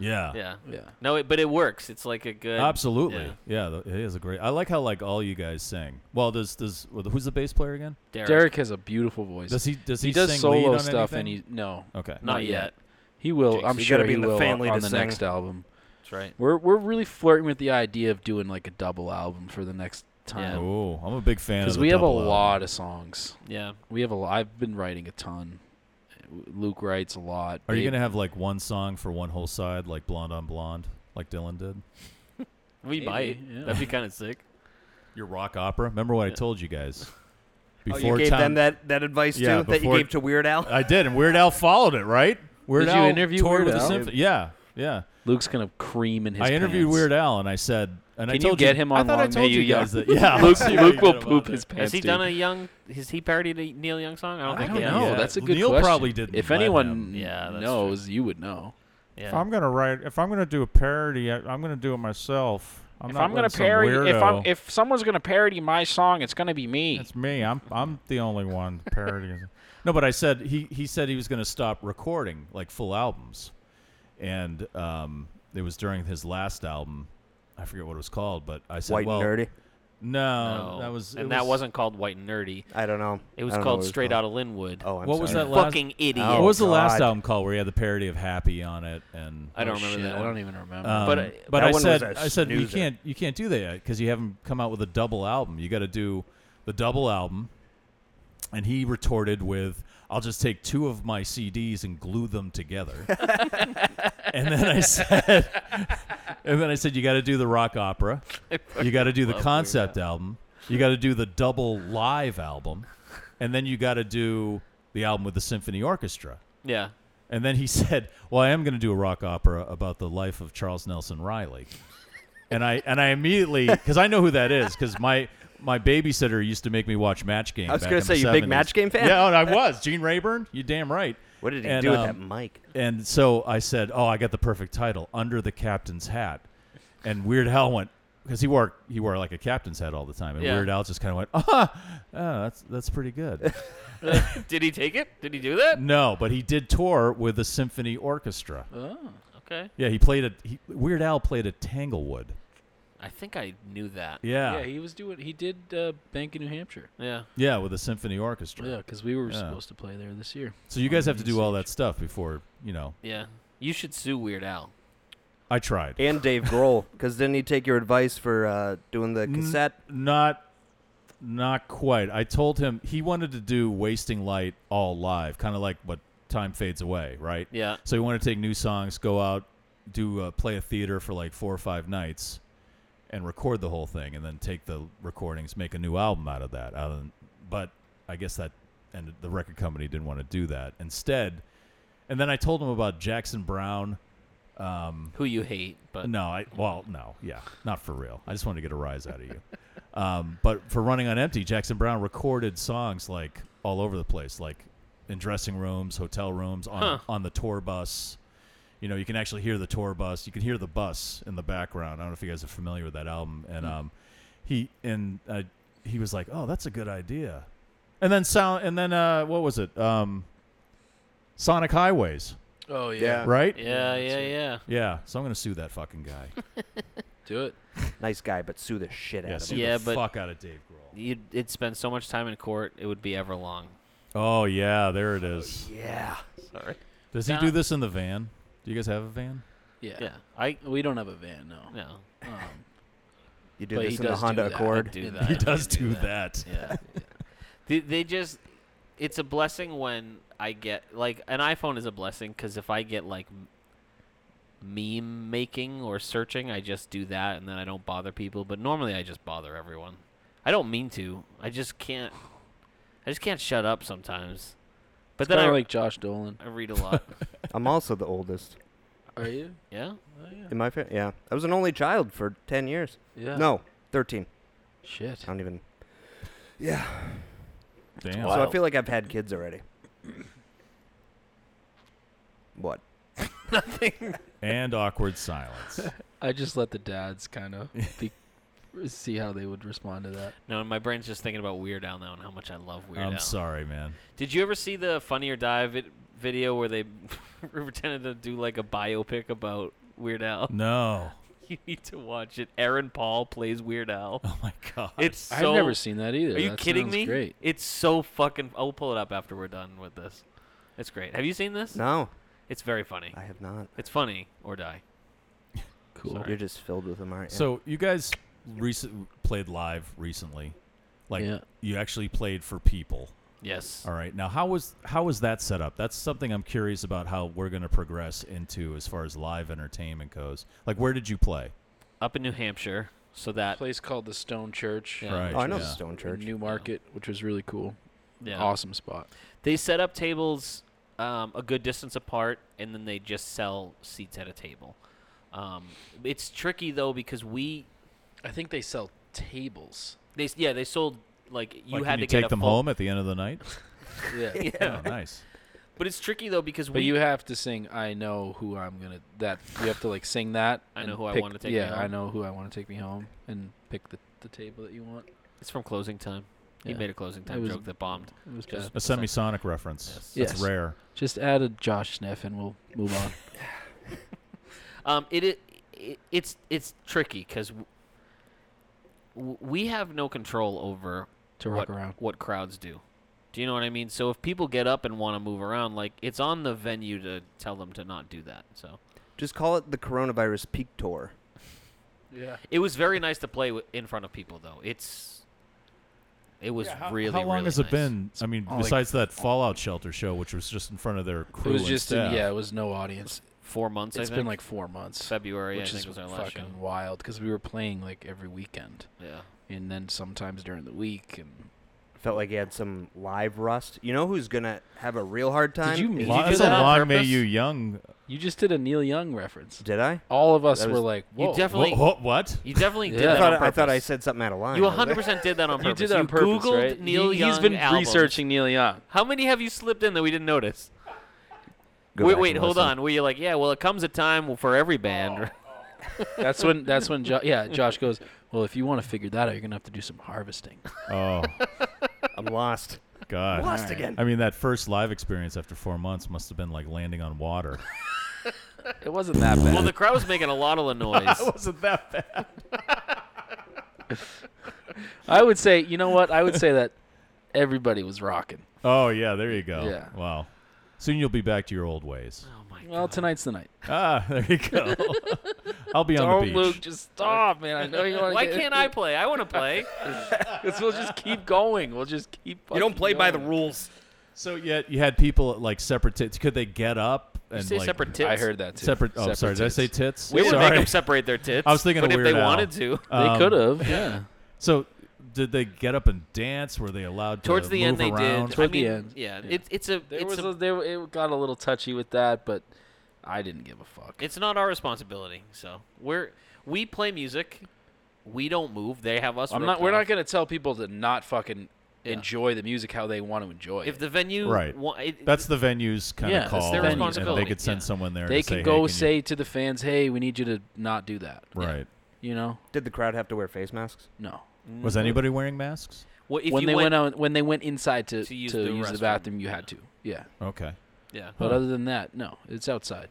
Yeah.
Yeah.
Yeah.
No, it, but it works. It's like a good
Absolutely.
Yeah.
Yeah. th he is a great. I like how like all you guys sing. Well, does does who's the bass player again?
Derek.
Derek has a beautiful voice.
Does he does he,
he does
sing
solo
lead on
stuff,
anything?
and he no,
Okay.
Not, yet.
he will. I'm
You
sure
gotta be
he
in the
will
family
on
to
the
sing.
next album.
That's right.
We're we're really flirting with the idea of doing like a double album for the next time
Oh, I'm a big fan. of
because
the
we have a
double album.
lot of songs.
Yeah.
We have a lot. I've been writing a ton. Luke writes a lot.
Are you
Babe-
gonna have like one song for one whole side, like Blonde on Blonde, like Dylan did?
We might.
yeah.
That'd be kind of
<laughs>
sick.
Your rock opera. Remember what I told you
<laughs>
guys?
Oh, you gave
Tom-
them that, that advice
Yeah,
too that you
before-
gave to Weird Al.
I did, and Weird Al followed it, right? Weird
Did you
Al
interview
toured
Weird
with the
Al?
symphony. Yeah, yeah.
Luke's gonna cream in his.
I interviewed
pants.
Weird Al, and I said, and I
Can you
told
get him
I
on
thought I
Long
told
May
you
You
guys
<laughs> Young?
that. Yeah,
Luke,
I'll see how <laughs> you
Luke
get
will
him on
poop
there.
his pants.
Has he
dude.
done a young? Has he parodied a Neil Young song? I don't
I
think
don't
he has.
know.
Yeah.
That's a good
Neil
question.
probably didn't
If
let
anyone
him.
Yeah, that's
knows, you would know.
Yeah.
If I'm gonna write, if I'm gonna do a parody, I, I'm gonna do it myself. I'm
If
not
I'm gonna
letting some
parody, if I'm
weirdo-
if someone's gonna parody my song, it's gonna be me.
it's me. I'm I'm the only one parodying.
<laughs> No, but I said he he said he was going to stop recording like full albums, and um, it was during his last album. I forget what it was called, but I said,
<laughs> White
well,
and nerdy.
No,
No.
uh, that was
Oh. and
it
that
was,
wasn't called White and Nerdy.
I don't know.
It was
I don't know
called
what
Straight
called.
Out of Linwood.
Oh, I'm
What was
sorry.
that last?
<laughs> fucking idiot.
Oh,
what was the last
God.
album called where he had the parody of Happy on it? And
Oh, I don't e- remember
Shit,
that.
I
one.
don't even remember.
Um,
But
but
I-
I,
That one was
said,
a
I said you
snoozer.
can't you can't do that because you haven't come out with a double album. You got to do the double album. And he retorted with, "I'll just take two of my CDs and glue them
<laughs>
together." and then I said, and then I said, "You got to do the rock opera. You got to do the concept album. You got to do the double live album, and then you got to do the album with the symphony orchestra."
Yeah.
And then he <laughs> said, "Well, I am going to do a rock opera about the life of Charles Nelson Riley." And I and I immediately because I know who that is because my my babysitter used to make me watch Match Game.
I was
back
gonna
in the
say, you big
70s.
Match Game fan?
Yeah, and I was Gene Rayburn. You damn right.
What did he
And,
do with
um,
that mic?
And so I said, "Oh, I got the perfect title: Under the Captain's Hat." And Weird Al went because he wore he wore like a captain's hat all the time, and
Yeah.
Weird Al just kind of went, "Ah, oh, that's that's pretty
<laughs>
good."
<laughs> Did he take it? Did he do that?
no, but he did tour with a symphony orchestra.
Oh, Okay.
Yeah, he played a he, Weird Al played a Tanglewood.
I think I knew that.
Yeah,
yeah, he was doing. He did uh, Bank in New Hampshire.
Yeah.
yeah, with a symphony orchestra.
Yeah, because we were
Yeah.
supposed to play there this year.
So you guys have to do all that stuff before you know.
Yeah. You should sue Weird Al.
I tried.
And Dave Grohl, because didn't he take your advice for uh, doing the cassette?
Not, not quite. I told him he wanted to do "Wasting Light" all live, kind of like what "Time Fades Away," right?
Yeah.
So he wanted to take new songs, go out, do uh, play a theater for like four or five nights, and record the whole thing, and then take the recordings, make a new album out of that. Out of- but I guess that and the record company didn't want to do that. Instead, and then I told him about Jackson Brown.
Who you hate, but
Uh, No, I well, no, yeah, not for real. I just wanted to get a rise out of you. Um, but for running on empty, Jackson Brown recorded songs like all over the place, like in dressing rooms, hotel rooms, on
Huh.
on the tour bus. You know, you can actually hear the tour bus. You can hear the bus in the background. I don't know if you guys are familiar with that album. And um, he and uh, he was like, "Oh, that's a good idea." And then sound, and then uh, what was it? Um, Sonic Highways,
Oh
yeah.
right?
yeah, yeah, yeah.
Yeah. So I'm gonna sue that fucking guy.
do it.
Nice guy, but sue the shit out
Yeah,
of
sue
him.
the
Yeah, but-
fuck out of Dave Grohl.
You'd, it'd spend so much time in court, it would be ever long.
Oh yeah, there it is.
Oh,
Yeah.
Sorry.
Does he
Nah.
do this in the van? Do you guys have a van?
Yeah.
Yeah. I
We don't have a van, no. Um,
no.
You do
But he
this in the
does do
Honda
that.
Accord.
Do
Yeah,
that.
He does do that.
Yeah. they, they just it's a blessing when I get like an iPhone is a blessing cuz if I get like m- meme making or searching, I just do that and then I don't bother people, but normally I just bother everyone. I don't mean to. I just can't I just can't shut up sometimes. But then
Kinda
I,
like Josh Dolan.
I read
<laughs>
a lot.
<laughs> I'm also the oldest
Are you?
yeah?
in my family. Yeah, I was an only child for ten years.
Yeah.
No, thirteen.
Shit.
I don't even.
Damn.
So I feel like I've had kids already. What?
and awkward
<laughs>
silence.
I just let the dads kind of be, see how they would respond to that.
No, my brain's just thinking about Weird Al now and how much I love Weird
I'm
Al.
sorry, man.
Did you ever see the Funny or Die vid- video where they <laughs> pretended to do like a biopic about Weird Al?
No.
<laughs> You need to watch it. Aaron Paul plays Weird Al.
Oh my god.
It's so.
I've never seen that either.
Are you
That
kidding
sounds
me?
Great.
It's so fucking. I'll pull it up after we're done with this. It's great. Have you seen this?
No,
It's very funny.
I have not.
It's funny or die.
Cool.
Sorry.
You're just filled with them, aren't you?
So you guys recent played live recently, like
Yeah.
you actually played for people.
Yes.
All right. Now, how was how was that set up? That's something I'm curious about. How we're going to progress into as far as live entertainment goes. Like, where did you play?
Up in New Hampshire, so that
Place called the Stone Church.
Yeah.
Right.
oh, I know
yeah.
the Stone Church.
New Market, which was really cool.
yeah.
Awesome spot.
They set up tables um, a good distance apart, and then they just sell seats at a table. Um, it's tricky though because we
I think they sell tables.
they s- yeah they sold like you
Like,
had
can
to
you
get
take
a
them
full- <laughs>
home at the end of the night.
Yeah.
<laughs> yeah. nice.
But it's tricky though because
But
we
you have to sing "I know who I'm gonna." That you have to like sing that.
<laughs> I
and
know who I
pick-
wanna take me
Yeah, I
home.
know who I want to take me home, and pick the, the table that you want.
it's from closing time.
Yeah.
He made a closing time
was-
joke that bombed.
It was
Just-
just,
A semisonic reference. That's
Yes.
rare.
just add a Josh Sniff, and we'll move
<laughs>
on.
Um, it, it, it it's it's tricky because w- we have no control over
To rock
what,
around.
what crowds do. Do you know what I mean? So if people get up and want to move around, like it's on the venue to tell them to not do that. So
Just call it the coronavirus peak tour.
yeah.
it was very nice to play wi- in front of people, though. It's it was really
How long
really
has
nice.
it been? I mean,
Oh, like-
besides that Fallout Shelter show, which was just in front of their
It
crew.
was
and
just
staff.
in, yeah. It was no audience.
Four months.
It's
I
been
think?
like four months.
February.
which
I think
is
was our last show.
fucking wild because we were playing like every weekend,
Yeah.
and then sometimes during the week. And
Felt like he had some live rust. You know who's gonna have a real hard time?
you mean-
Is-
Did
Long,
do
that's a
that on
long may
purpose?
you young.
you just did a Neil Young reference.
Did I?
All of us
That
were
was-
like,
You
"Whoa!"
definitely.
Wha- wha- what?
You definitely did
Yeah.
I
that
thought
on
I,
purpose.
thought I said something out of line.
You
was I?
100 percent did that on
you
purpose.
did that on purpose,
Googled
right?
Neil
he,
Young.
has been
albums.
researching Neil
<laughs>
Young.
How many have you slipped in that we didn't notice?
Go
wait,
back
wait,
and
hold
listen.
on. Were you like, yeah? Well, it comes a time for every band.
Oh.
That's when. That's when. Jo- yeah, Josh goes. Well, if you want to figure that out, you're gonna have to do some harvesting.
Oh
I'm lost.
God.
Lost again.
I mean, that first live experience after four months must have been like landing on
<laughs>
water.
It wasn't that bad.
<laughs> well, the crowd was making a
<laughs>
lot of the noise.
wasn't that bad.
I would say, you know what? I would say that everybody was
<laughs>
rocking.
Oh yeah, there you go.
Yeah.
Wow. Soon you'll be back to your old ways.
oh my
Well,
god.
tonight's the night.
Ah, there you go. I'll be on
Oh,
the beach.
Luke, just stop, man. I know you want to.
Why can't I play? I want to play.
Because we'll just keep going. We'll just keep.
You don't
fucking
play by the
going.
rules.
So yet you had people at, like separate tits. Could they get up and
Say
like
separate tits.
I heard that too.
separate? Oh, sorry. Did I
tits.
say tits?
We would
sorry.
make them separate their
<laughs>
tits.
I was thinking
but
of
if they
Weird Al.
wanted to.
They
Um,
could have. Yeah.
So did they get up and dance? Were they allowed to
Towards the end,
move
they
around?
did.
Toward
I
the
mean,
end.
Yeah,
Yeah.
It's it's a.
There
it's
was
a-
a, there, it got a little touchy with that, but I didn't give a fuck.
It's not our responsibility. So we're we play music. We don't move. They have us.
I'm
roped
not. We're
off.
not gonna tell people to not fucking
Yeah.
enjoy the music how they want to enjoy
If
it.
the venue
Right.
wa- it-
That's the venue's kind
Yeah,
of
that's
call.
their
and- and
responsibility,
they could send
yeah.
someone there.
they
to say,
can
hey,
go
can
say to the fans, "Hey, we need you to not do that."
You, <laughs> right.
You know?
Did the crowd have to wear face masks?
No.
Was anybody wearing masks?
Well, if
when
you
they went, out, when they went inside to,
to use
to
the
use the
restroom,
bathroom, you had to. Yeah.
Okay.
yeah.
But
Huh.
other than that, no, it's outside.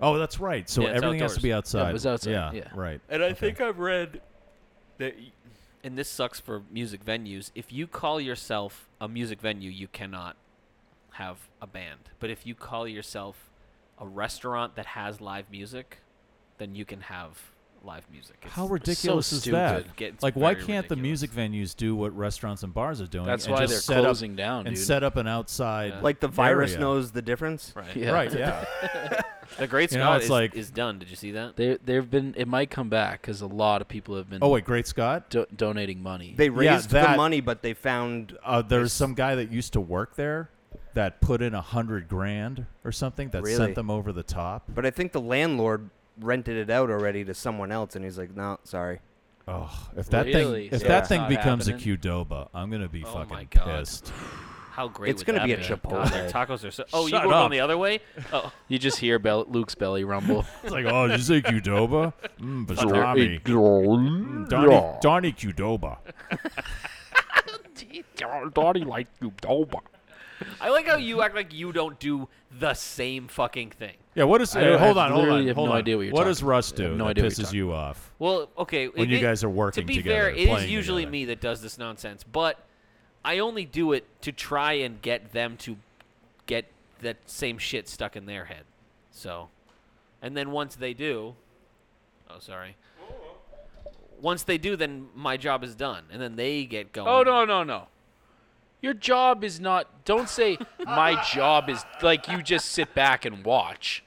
Oh, that's right. So
Yeah, it's
everything has to
outdoors.
be outside.
was outside,
Yeah,
yeah.
right.
And I
Okay.
uh,
think I've read that, y- and this sucks for music venues. If you call yourself a music venue, you cannot have a band. But if you call yourself a restaurant that has live music, then you can have live music. It's-
How ridiculous is that?
stupid.
Gets
Like, why
very
can't the
ridiculous.
music venues do what restaurants and bars are doing?
That's
and
why
just
they're
set up-
closing down,
and
dude.
set up an outside.
Yeah.
Like the virus
area.
knows the difference.
Right.
Yeah.
Right.
<laughs>
Yeah.
The Great
You know,
Scott
it's
is,
like-
is done. Did you see that?
They they've been. It might come back because a lot of people have been
oh wait, Great Scott.
do- donating money.
They raised the
that-
money, but they found
Uh, there's some guy that used to work there that put in a hundred grand or something that
Really?
sent them over the top.
But I think the landlord rented it out already to someone else, and he's like, "No, sorry."
Oh, if that
Really?
thing if
So
that
it's
thing
not
becomes
happening?
a Qdoba, I'm gonna be
Oh
fucking
my God.
pissed.
How great!
It's
would
gonna
that
be a
God, their
Chipotle.
tacos are so. Oh,
Shut
you go
up.
on the other way. Oh,
You just hear Bel- Luke's belly rumble.
It's like, oh, did you say Qdoba?
<laughs>
Mm, pastrami. Mm, Donnie, Donnie Qdoba.
Daddy like you, Doba.
<laughs> I like how you act like you don't do the same fucking thing.
Yeah, what is?
I don't-
uh, hold
I
on, hold
literally
on,
have
hold
no
on.
idea what you're
does
talking-
Russ
I
do
have no
that
idea what
pisses
you're
you off?
Well, okay.
When
it
you
is-
guys are working
to be
together,
fair, it is
playing
usually
together.
me that does this nonsense, but I only do it to try and get them to get that same shit stuck in their head. So, and then once they do, oh sorry. Once they do, then my job is done, and then they get going.
Oh no no no! Your job is not. Don't say my job is like you just sit back and watch.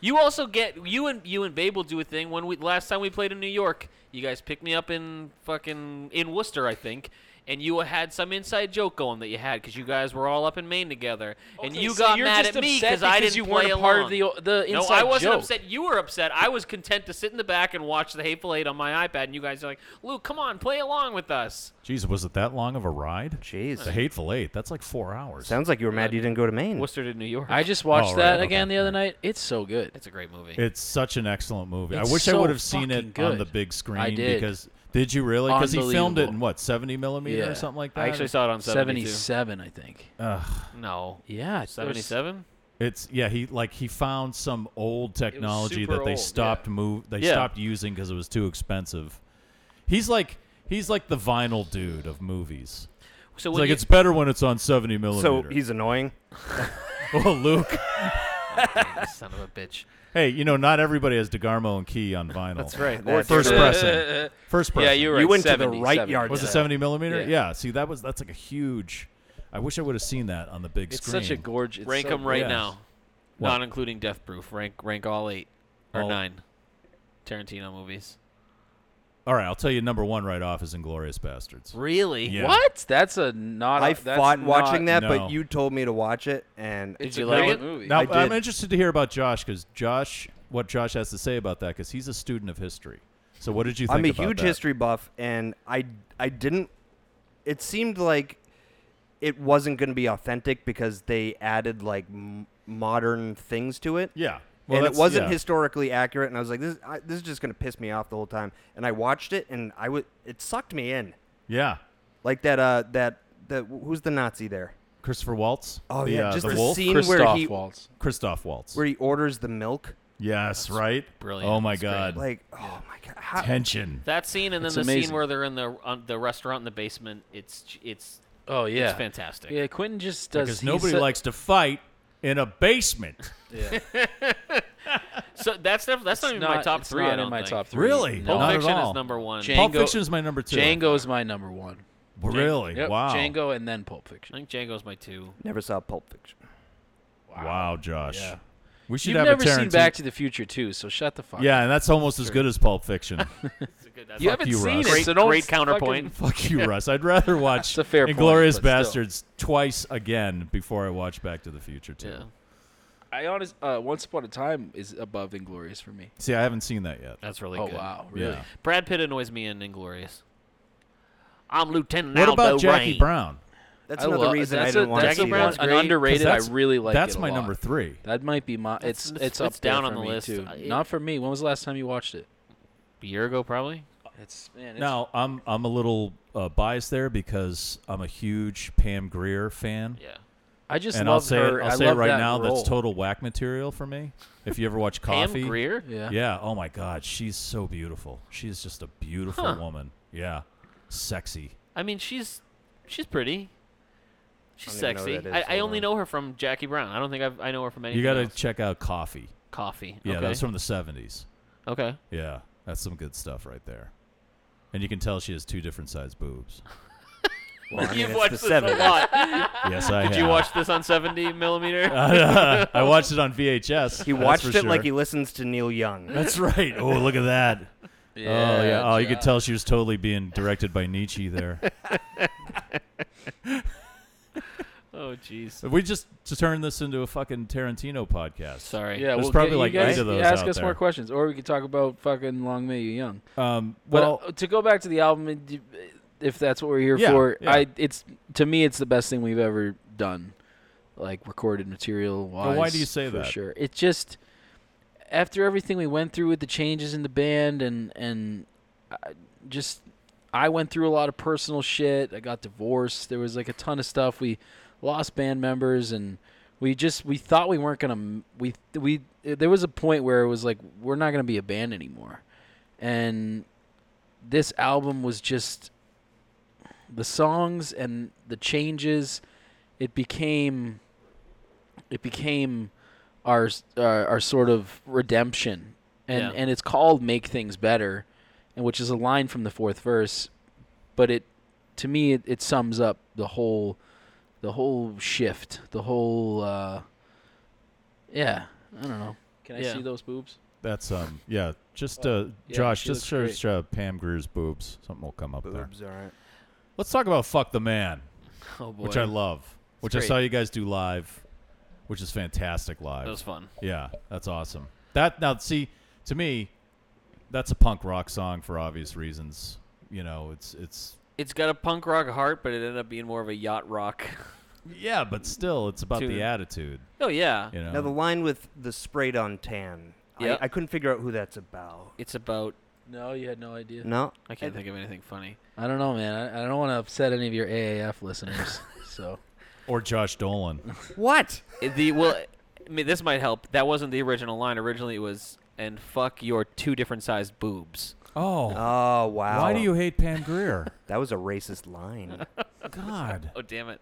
You also get you and you and Babe will do a thing when we last time we played in New York. You guys picked me up in fucking in Worcester, I think, and you had some inside joke going that you had because you guys were all up in Maine together, and
Okay,
you
so
got
you're
mad
just
at me
upset
because I didn't
you
play
weren't a
along.
part of the the
no,
inside
I wasn't
joke.
upset. You were upset. I was content to sit in the back and watch the Hateful Eight on my iPad, and you guys are like, "Luke, come on, play along with us."
Jeez, was it that long of a ride?
Jeez.
the Hateful Eight. That's like four hours.
Sounds like you were
Uh,
mad you didn't go to
Hmm.
Maine.
Worcester to New York.
I just watched
Oh, right,
that
okay,
again the other
right.
night. It's so good.
It's a great movie.
It's such an excellent movie.
It's
I wish
so
I would have seen
fucking
it
good.
on the big screen
I did.
because did you really? Because he filmed it in
Unbelievable.
what seventy millimeter
Yeah.
or something like that.
I actually saw it on 72.
Seventy-seven, I think.
Ugh.
No,
Yeah, it's- there's-
seventy-seven.
It's yeah. He like he found some old technology
super
that they
old,
stopped move. They
Yeah.
stopped using because it was too expensive. He's like he's like the vinyl dude of movies.
So
It's
when
like
you-
it's better when it's on seventy <laughs>
so
millimeter.
he's annoying.
oh Luke.
<laughs> son of a bitch.
Hey, you know not everybody has DeGarmo and Key on vinyl.
That's right.
Or
First
Dude.
<laughs>
pressing. First pressing.
Yeah, you were
You
at
went to the
70,
right
70.
yard.
Was it
Yeah.
seventy millimeter?
Yeah.
Yeah. See, that was that's like a huge. I wish I would have seen that on the big
It's
screen.
such a gorgeous.
rank them right
yes.
now,
What?
not including Death Proof. Rank rank all eight or
All-
nine Tarantino movies.
All right, I'll tell you. Number one right off is Inglorious Bastards.
Really?
Yeah.
What? That's a not.
I
a, that's
fought
not-
watching that,
No.
but you told me to watch it, and
It's a
Did you like
great
it?
movie.
Now
I
I'm
did.
interested to hear about Josh because Josh, what Josh has to say about that because he's a student of history. So what did you think?
I'm a
about
huge
that?
history buff, and I I didn't. It seemed like it wasn't going to be authentic because they added like m- modern things to it.
Yeah. Well,
and it
that's-
wasn't
yeah.
historically accurate, and I was like, "This, I, this is just gonna piss me off the whole time." And I watched it, and I would, it sucked me in,
Yeah.
like that, uh, that, that who's the Nazi there?
Christopher Waltz.
Oh
the,
yeah,
uh,
just
the
the,
wolf.
scene where
Christoph
he,
Waltz.
Christoph Waltz.
where he orders the milk.
yes, right.
brilliant.
Oh my
That's
God.
Like, oh my god, how,
Tension.
That scene and then
It's
the
amazing.
scene where they're in the on the restaurant in the basement. It's j- it's
Oh yeah.
it's fantastic.
Yeah, Quentin just does.
Because
he's
nobody
so-
likes to fight in a basement.
So that's def- that's not even my
not-
top
it's
three.
not
I
in
don't
my
think.
top three.
really?
Pulp
Not
Fiction
at all.
is number one.
Jane-
Pulp
Django-
Fiction is my number two.
Django's my number one.
Really?
Yep,
Wow.
Django and then Pulp
I
Fiction.
think Django's my two.
never saw Pulp Fiction.
Wow, Josh.
Yeah.
We should
You've
have
never
a Tarantino.
seen Back to the Future too, so shut the fuck.
yeah, and that's almost as good as Pulp
<laughs>
Fiction.
up. You haven't
you,
seen
Russ.
it. <laughs>
Great,
so don't
great
fucking-
counterpoint.
Fuck you, Russ. I'd rather watch
a fair point,
Inglorious
but still.
Bastards twice again before I watch Back to the Future too.
Yeah,
I honest. Uh, Once Upon a Time is above Inglorious for me.
See, I haven't seen that yet.
that's really
Oh
good.
wow, really?
Yeah.
Brad Pitt annoys me in Inglorious. I'm Lieutenant
What
Aldo
about Jackie
Rain.
Brown?
That's
I
another
love-
reason I
that's
didn't
a,
want
that's
to
a
see
Brad
one,
it.
Pitt's
an
great,
underrated.
'Cause
I
that's-
really like.
That's
it a
my
lot.
number three.
That might be my. It's
That's-
it's
that's
up there
down on
for
the
me,
list.
too.
I- it-
Not for me. When was the last time you watched it?
A year ago, probably.
It's man. It's,
Now, I'm I'm a little uh, biased there because I'm a huge Pam Greer fan.
Yeah.
I just
and
love
I'll say
her.
it,
I
I'll say it
love
right
that
now.
role.
That's total whack material for me. If you ever
<laughs>
watch Coffee,
Pam Greer.
Yeah.
Yeah. Oh my God, she's so beautiful. She's just a beautiful woman. Yeah. Sexy.
I mean, she's she's pretty. She's
I don't even know who
sexy.
that
I,
is.
I
Hold
only
on.
know her from Jackie Brown. I don't think I've, I know her from anything.
You got to
else.
check out Coffee.
coffee.
Yeah,
okay.
that's from the '70s.
okay.
Yeah, that's some good stuff right there. And you can tell she has two different sized boobs.
Well, I mean,
<laughs> You've
it's
watched
the
this a
70s.
lot.
yes, I.
Did you watch this on 70 millimeter?
<laughs> I watched it on VHS.
He
that's
watched
for
it like
sure.
he listens to Neil Young.
<laughs> That's right. Oh, look at that. oh yeah. Oh, you could
Josh.
tell she was totally being directed by Nietzsche there. <laughs>
oh, jeez.
we just to turn this into a fucking Tarantino podcast.
Sorry.
Yeah,
There's
well,
probably
get- you
like
guys
eight of those
Ask
out
us
there.
more questions, or we could talk about fucking Long May You Young.
Um,
But
well,
uh, to go back to the album, and d- if that's what we're here
Yeah,
for,
yeah.
I it's to me it's the best thing we've ever done, like recorded material wise.
why do you say
for
that?
Sure, it just after everything we went through with the changes in the band and and I- just I went through a lot of personal shit. I got divorced. There was like a ton of stuff. We lost band members and we just we thought we weren't gonna m- we we there was a point where it was like we're not gonna be a band anymore, and this album was just the songs and the changes it became it became our s- our, our sort of redemption and
Yeah.
and it's called make things better and which is a line from the fourth verse but it to me it, it sums up the whole the whole shift the whole uh yeah i don't know can i
Yeah.
see those boobs
That's um yeah. Just uh, Josh,
she
just
looks great.
search uh, Pam Greer's boobs. Something will come up there.
Boobs, all right.
Let's talk about fuck the man,
Oh boy,
which I love, which I
great.
saw you guys do live, which is fantastic live.
That was fun.
Yeah, that's awesome. That now see to me, that's a punk rock song for obvious reasons. You know, it's it's
It's got a punk rock heart, but it ended up being more of a yacht rock. <laughs>
yeah, but still, it's about
Dude.
the attitude.
oh yeah,
You know,
Now the line with the sprayed on tan.
Yeah.
I, I couldn't figure out who that's about.
it's about.
no you had no idea
No,
I can't think of anything funny.
i don't know man i, I don't want to upset any of your aaf listeners so
or Josh Dolan.
what?
It- The well, I mean, this might help. That wasn't the original line. Originally, it was "and fuck your two different sized boobs."
<laughs> Oh,
Oh wow!
why do you hate Pam
<laughs>
Greer?
That was a racist line.
God,
Oh damn it!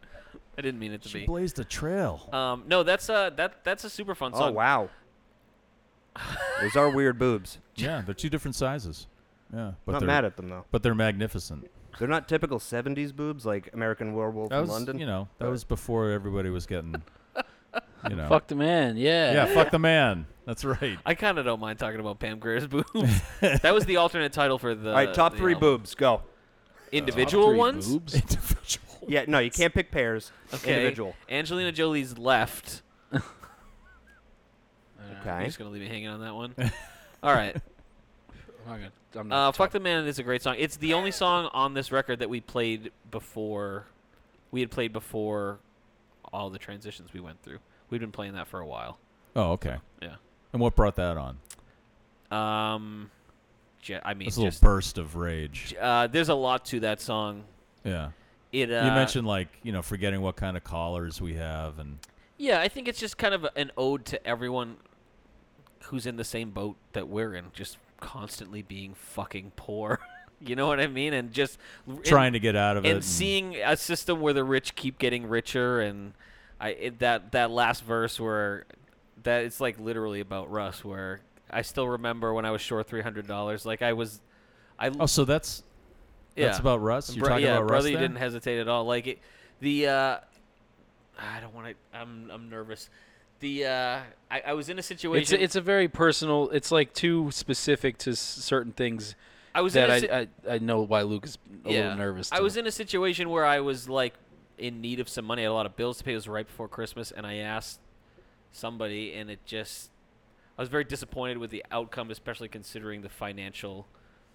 I didn't mean it to
she
be.
blazed a trail.
Um, no, that's uh that that's a super fun
oh
song.
<laughs> wow! Those are weird boobs.
Yeah, they're two different sizes. Yeah, but
Not
they're
mad at them though.
but they're magnificent.
They're not typical '70s boobs like American Werewolf
That
in
was
London.
you know that was before everybody was
<laughs>
getting you know
fuck the man yeah
yeah fuck the man. That's
<laughs>
right.
I kind of don't mind talking about Pam <laughs> Greer's boobs. that was the alternate title for the.
All right, top
the
three
album.
boobs, go.
Individual
Three
ones.
boobs?
Individual.
Yeah, no, you can't pick pairs.
Okay.
Individual.
Angelina Jolie's left. I'm
Okay.
just gonna leave it hanging on that <laughs> one. All right.
I'm not gonna- I'm not
Uh, Fuck the Man is a great song. It's the only song on this record that we played before. We had played before all the transitions we went through. We've been playing that for a while.
Oh, okay.
Yeah.
And what brought that on?
Um, ju- I mean,
This little
just
burst of rage.
uh, there's a lot to that song.
Yeah.
It uh,
You mentioned like you know forgetting what kind of collars we have and
Yeah, I think it's just kind of a- an ode to everyone who's in the same boat that we're in, just constantly being fucking poor. <laughs> you know what I mean? And just and-
trying to get out of
and,
it.
seeing a system where the rich keep getting richer, and I it, that that last verse where that it's like literally about Russ, where I still remember when I was short three hundred dollars, like I was, I
oh, so that's
yeah.
that's about Russ. You're
Bro-
talking
yeah,
about Russ.
brother, you
there?
didn't hesitate at all. Like it, the uh, I don't want to. I'm I'm nervous. The uh, I, I was in a situation.
It's a, it's a very personal. It's like too specific to s- certain things
I was
that
in a si-
I, I I know why Luke is a
yeah.
little nervous.
I
to-
was in a situation where I was like in need of some money. I had a lot of bills to pay. It was right before Christmas, and I asked somebody, and it just I was very disappointed with the outcome, especially considering the financial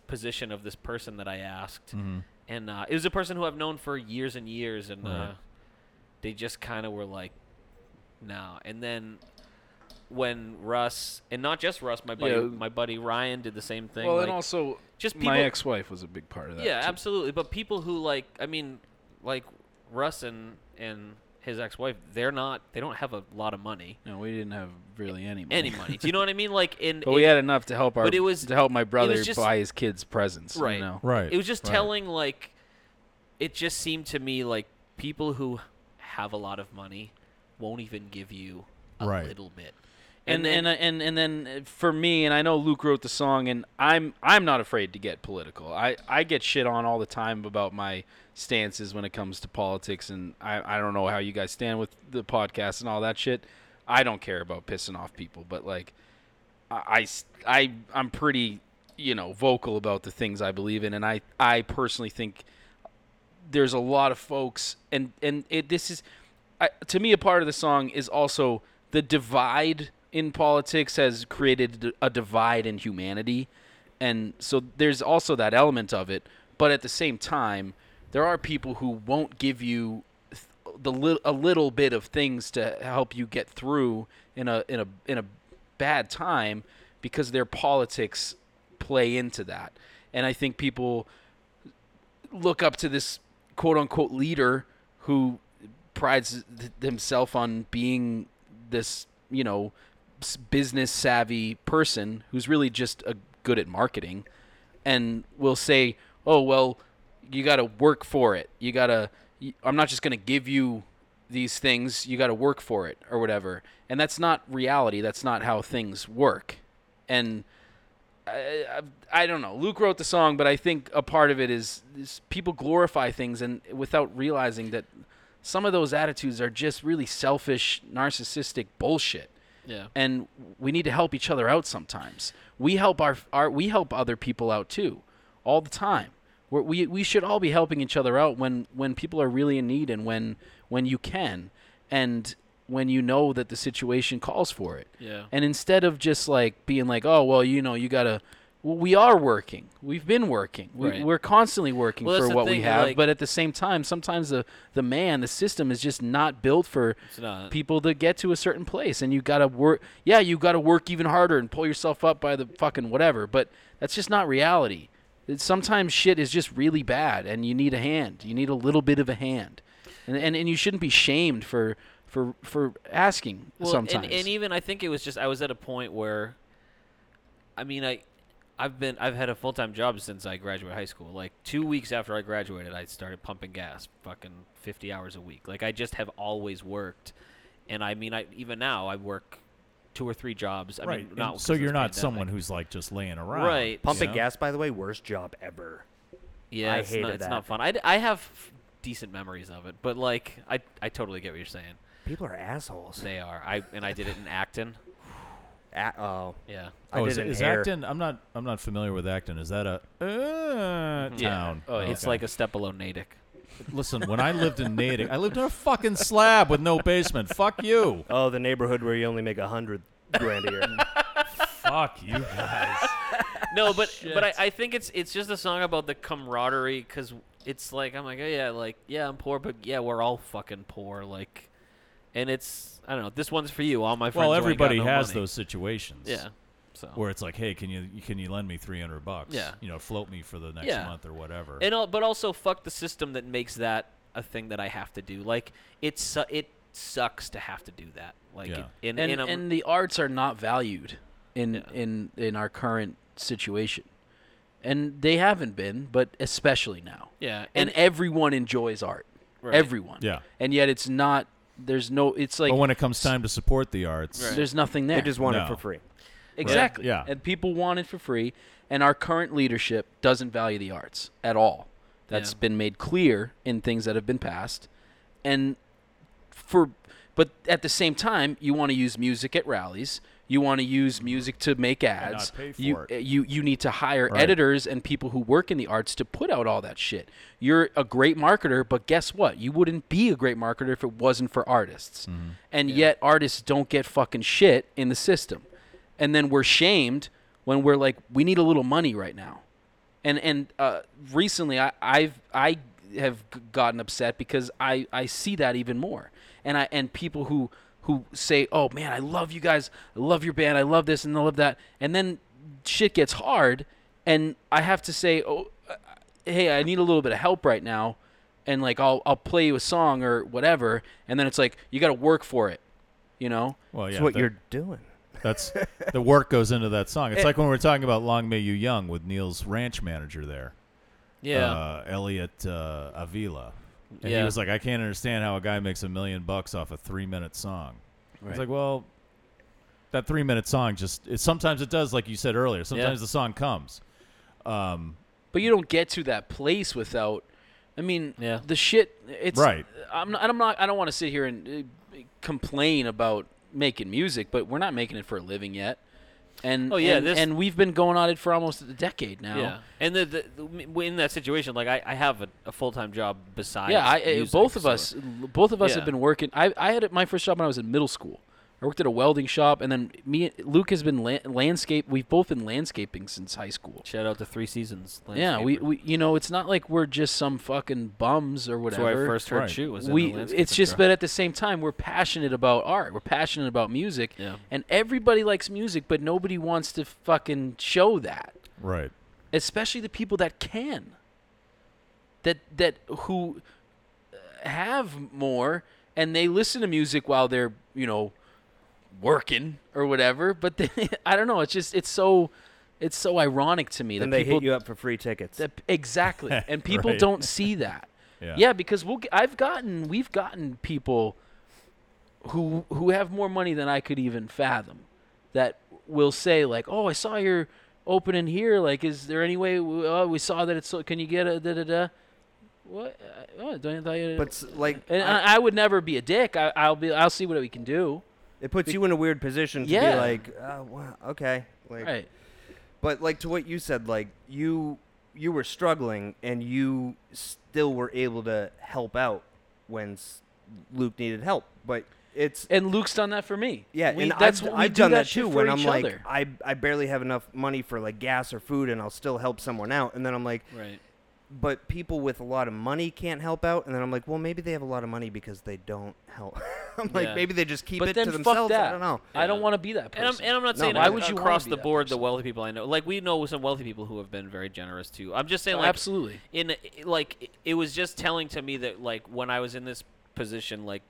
position of this person that I asked.
Mm-hmm.
And uh, it was a person who I've known for years and years, and
Right.
uh, they just kind of were like, "No." And then when Russ, and not just Russ, my buddy,
Yeah.
my buddy Ryan did the same thing.
well,
like,
and also
just people-
my ex-wife was a big part of that.
yeah,
too.
absolutely. But people who like, I mean, like Russ and and his ex-wife, they're not, they don't have a lot of money,
No, we didn't have really any money.
any money. Do you know what I
<laughs>
mean? Like in,
But we
in-
had enough to help our
but it was-
to help my brother
just-
buy his kids presents.
right,
You know?
Right.
It was just
right.
telling like, it just seemed to me like people who have a lot of money won't even give you a
Right.
little bit.
And
then-
and I- and and then uh, for me, and I know Luke wrote the song, and I'm I'm not afraid to get political. I I get shit on all the time about my stances when it comes to politics, and I I don't know how you guys stand with the podcast and all that shit. I don't care about pissing off people, but like, I I am pretty you know vocal about the things I believe in, and I I personally think there's a lot of folks and and it this is I, to me a part of the song is also the divide in politics has created a divide in humanity and so there's also that element of it but at the same time there are people who won't give you th- the li- a little bit of things to help you get through in a in a in a bad time because their politics play into that. And I think people look up to this quote unquote leader who prides th- himself on being this, you know, s- business savvy person who's really just a, good at marketing and will say, oh, well, you got to work for it. You got to, I'm not just going to give you these things. You got to work for it or whatever. And that's not reality. That's not how things work. And uh, I don't know. Luke wrote the song, but I think a part of it is, is people glorify things and without realizing that some of those attitudes are just really selfish, narcissistic bullshit.
Yeah.
And we need to help each other out sometimes. We help our, our we help other people out too, all the time. We're, we we should all be helping each other out when when people are really in need and when when you can and when you know that the situation calls for it.
Yeah.
And instead of just like being like, oh well, you know, you gotta. Well, we are working. We've been working. We,
Right.
We're constantly working
Well, that's
for
the
what we
thing,
have.
like-
but at the same time, sometimes the the man, the system is just not built for
not.
people to get to a certain place. And you gotta work. Yeah, you gotta work even harder and pull yourself up by the fucking whatever. But that's just not reality. It's- Sometimes shit is just really bad, and you need a hand. You need a little bit of a hand, and and, and you shouldn't be shamed for for for asking
Well, and-
sometimes.
And, even I think it was just I was at a point where, I mean, I, I've been I've had a full time job since I graduated high school. Like two weeks after I graduated, I started pumping gas, fucking fifty hours a week. Like I just have always worked, and I mean, I even now I work two or three jobs. I
right.
mean,
and
not
so
'cause of
you're
the
not
pandemic.
someone who's like just laying around.
Right.
Pumping
Yeah.
gas, by the way, worst job ever.
Yeah,
I
it's
hated
not, It's not
that.
fun. I, d- I have f- decent memories of it, but like I I totally get what you're saying.
People are assholes.
They are. I and I did it in Acton.
A- oh,
Yeah.
I
Oh,
did
is,
an
is
air.
Acton? I'm not. I'm not familiar with Acton. Is that a uh, town?
Oh, It's like a step below Natick.
Listen, when I lived in Natick, I lived in a fucking slab with no basement. Fuck you.
Oh, the neighborhood where you only make a hundred grand a year.
Fuck you guys.
<laughs> no, but but I, I think it's it's just a song about the camaraderie because it's like I'm like oh yeah like yeah I'm poor but yeah we're all fucking poor like, and it's I don't know this one's for you all my friends.
Well,
who ain't got
everybody
no
has
money.
those situations.
Yeah. So.
Where it's like, hey, can you can you lend me three hundred bucks?
Oh. Yeah.
You know, float me for the next
Yeah.
month or whatever.
And all, but also fuck the system that makes that a thing that I have to do. Like it's su- it sucks to have to do that. Like
Yeah.
it, and,
and
and um, I'm-
and the arts are not valued in in in our current situation and they haven't been but especially now
Yeah,
and,
and-
everyone enjoys art
Right.
everyone
Yeah.
and yet it's not there's no it's like
but when it comes time to support the arts,
Right.
there's nothing there
They just want it
No.
for free.
exactly
Yeah.
and people want it for free and our current leadership doesn't value the arts at all That's
Yeah.
been made clear in things that have been passed and for but at the same time you want to use music at rallies you want to use music to make ads
Mm-hmm. pay for
you
it.
uh, you you need to hire
Right.
editors and people who work in the arts to put out all that shit you're a great marketer but guess what you wouldn't be a great marketer if it wasn't for artists
Mm-hmm.
and yet artists don't get fucking shit in the system and then we're shamed when we're like we need a little money right now and and uh, recently I, I've I have g- gotten upset because I, I see that even more, and I and people who who say, oh man, I love you guys, I love your band, I love this and I love that, and then shit gets hard, and I have to say, oh, uh, hey, I need a little bit of help right now, and like I'll I'll play you a song or whatever, and then it's like you got to work for it, you know.
well, yeah,
That's what
that-
you're <laughs> doing.
That's the work goes into that song. It's like when we were talking about Long May You Young with Neil's ranch manager there,
yeah.
uh, Elliot uh, Avila, and he
Yeah.
was like, "I can't understand how a guy makes a million bucks off a three-minute song." It's like, "Well, that three-minute song just it, sometimes it does, like you said earlier. Sometimes the song comes."
But you don't get to that place without. I mean,
Yeah.
the shit. It's
Right.
I'm not. I'm not. I don't want to sit here and uh, complain about making music, but we're not making it for a living yet. And
Oh, yeah,
and,
this-
and we've been going on it for almost a decade now.
Yeah, and the, the, the m- in that situation, like I, I have a, a full time job besides.
Yeah, I, uh,
music,
both of
so-
us, both of us
Yeah.
have been working. I, I had it- my first job when I was in middle school, I worked at a welding shop, and then me, Luke has been la- landscape. We've both been landscaping since high school.
Shout out to Three Seasons.
Yeah, we, we you know it's not like we're just some fucking bums or
That's where
whatever.
I first heard
Right.
shoot. Was in
we
the landscape
it's just
intro.
but at the same time we're passionate about art. We're passionate about music.
Yeah.
And everybody likes music, but nobody wants to fucking show that
Right.
especially the people that can that that who uh, have more and they listen to music while they're you know working or whatever but <laughs> they, i don't know it's just it's so it's so ironic to me
and
that
they
people
hit you up for free tickets.
that,
<laughs>
exactly and people
Right.
don't see that
<laughs> Yeah.
because we'll g- i've gotten we've gotten people who who have more money than i could even fathom that will say like oh i saw your opening here like is there any way we, oh, we saw that it's so can you get a da da da what Uh, oh, don't you thought you
but s- like,
and
I-
I, I would never be a dick I, i'll be i'll see what we can do
it puts you in a weird position to
Yeah.
be like, oh, wow, okay, like,
right
But like to what you said, like you you were struggling and you still were able to help out when s- Luke needed help. But it's
and luke's done that for me
yeah,
We-
and
that's
I've,
what we
I've
do
done
that,
that,
shit
too. When
for each
I'm like,
other.
I I barely have enough money for like gas or food, and I'll still help someone out. And then I'm like,
right
but people with a lot of money can't help out. And then I'm like, well, maybe they have a lot of money because they don't help. <laughs> I'm
Yeah.
like, maybe they just keep
but
it
then
to
fuck
themselves.
that
I don't know.
i don't want to be that person
And I'm, and I'm not
No,
saying
why
ac-
would you wanna
across
be
the
that
board the
person?
wealthy people I know. Like we know some wealthy people who have been very generous too. I'm just saying
Oh,
like
absolutely.
in like it was just telling to me that like when I was in this position like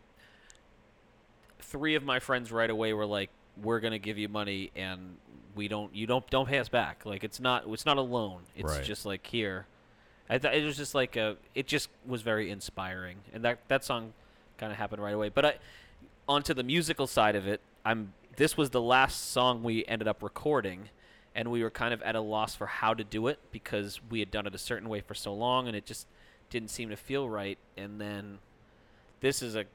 three of my friends right away were like we're going to give you money and we don't you don't don't pay us back. Like it's not it's not a loan. It's
Right.
just like here. I thought it was just like a it just was very inspiring. And that that song kind of happened right away. But I onto the musical side of it, I'm this was the last song we ended up recording and we were kind of at a loss for how to do it because we had done it a certain way for so long and it just didn't seem to feel right and then this is a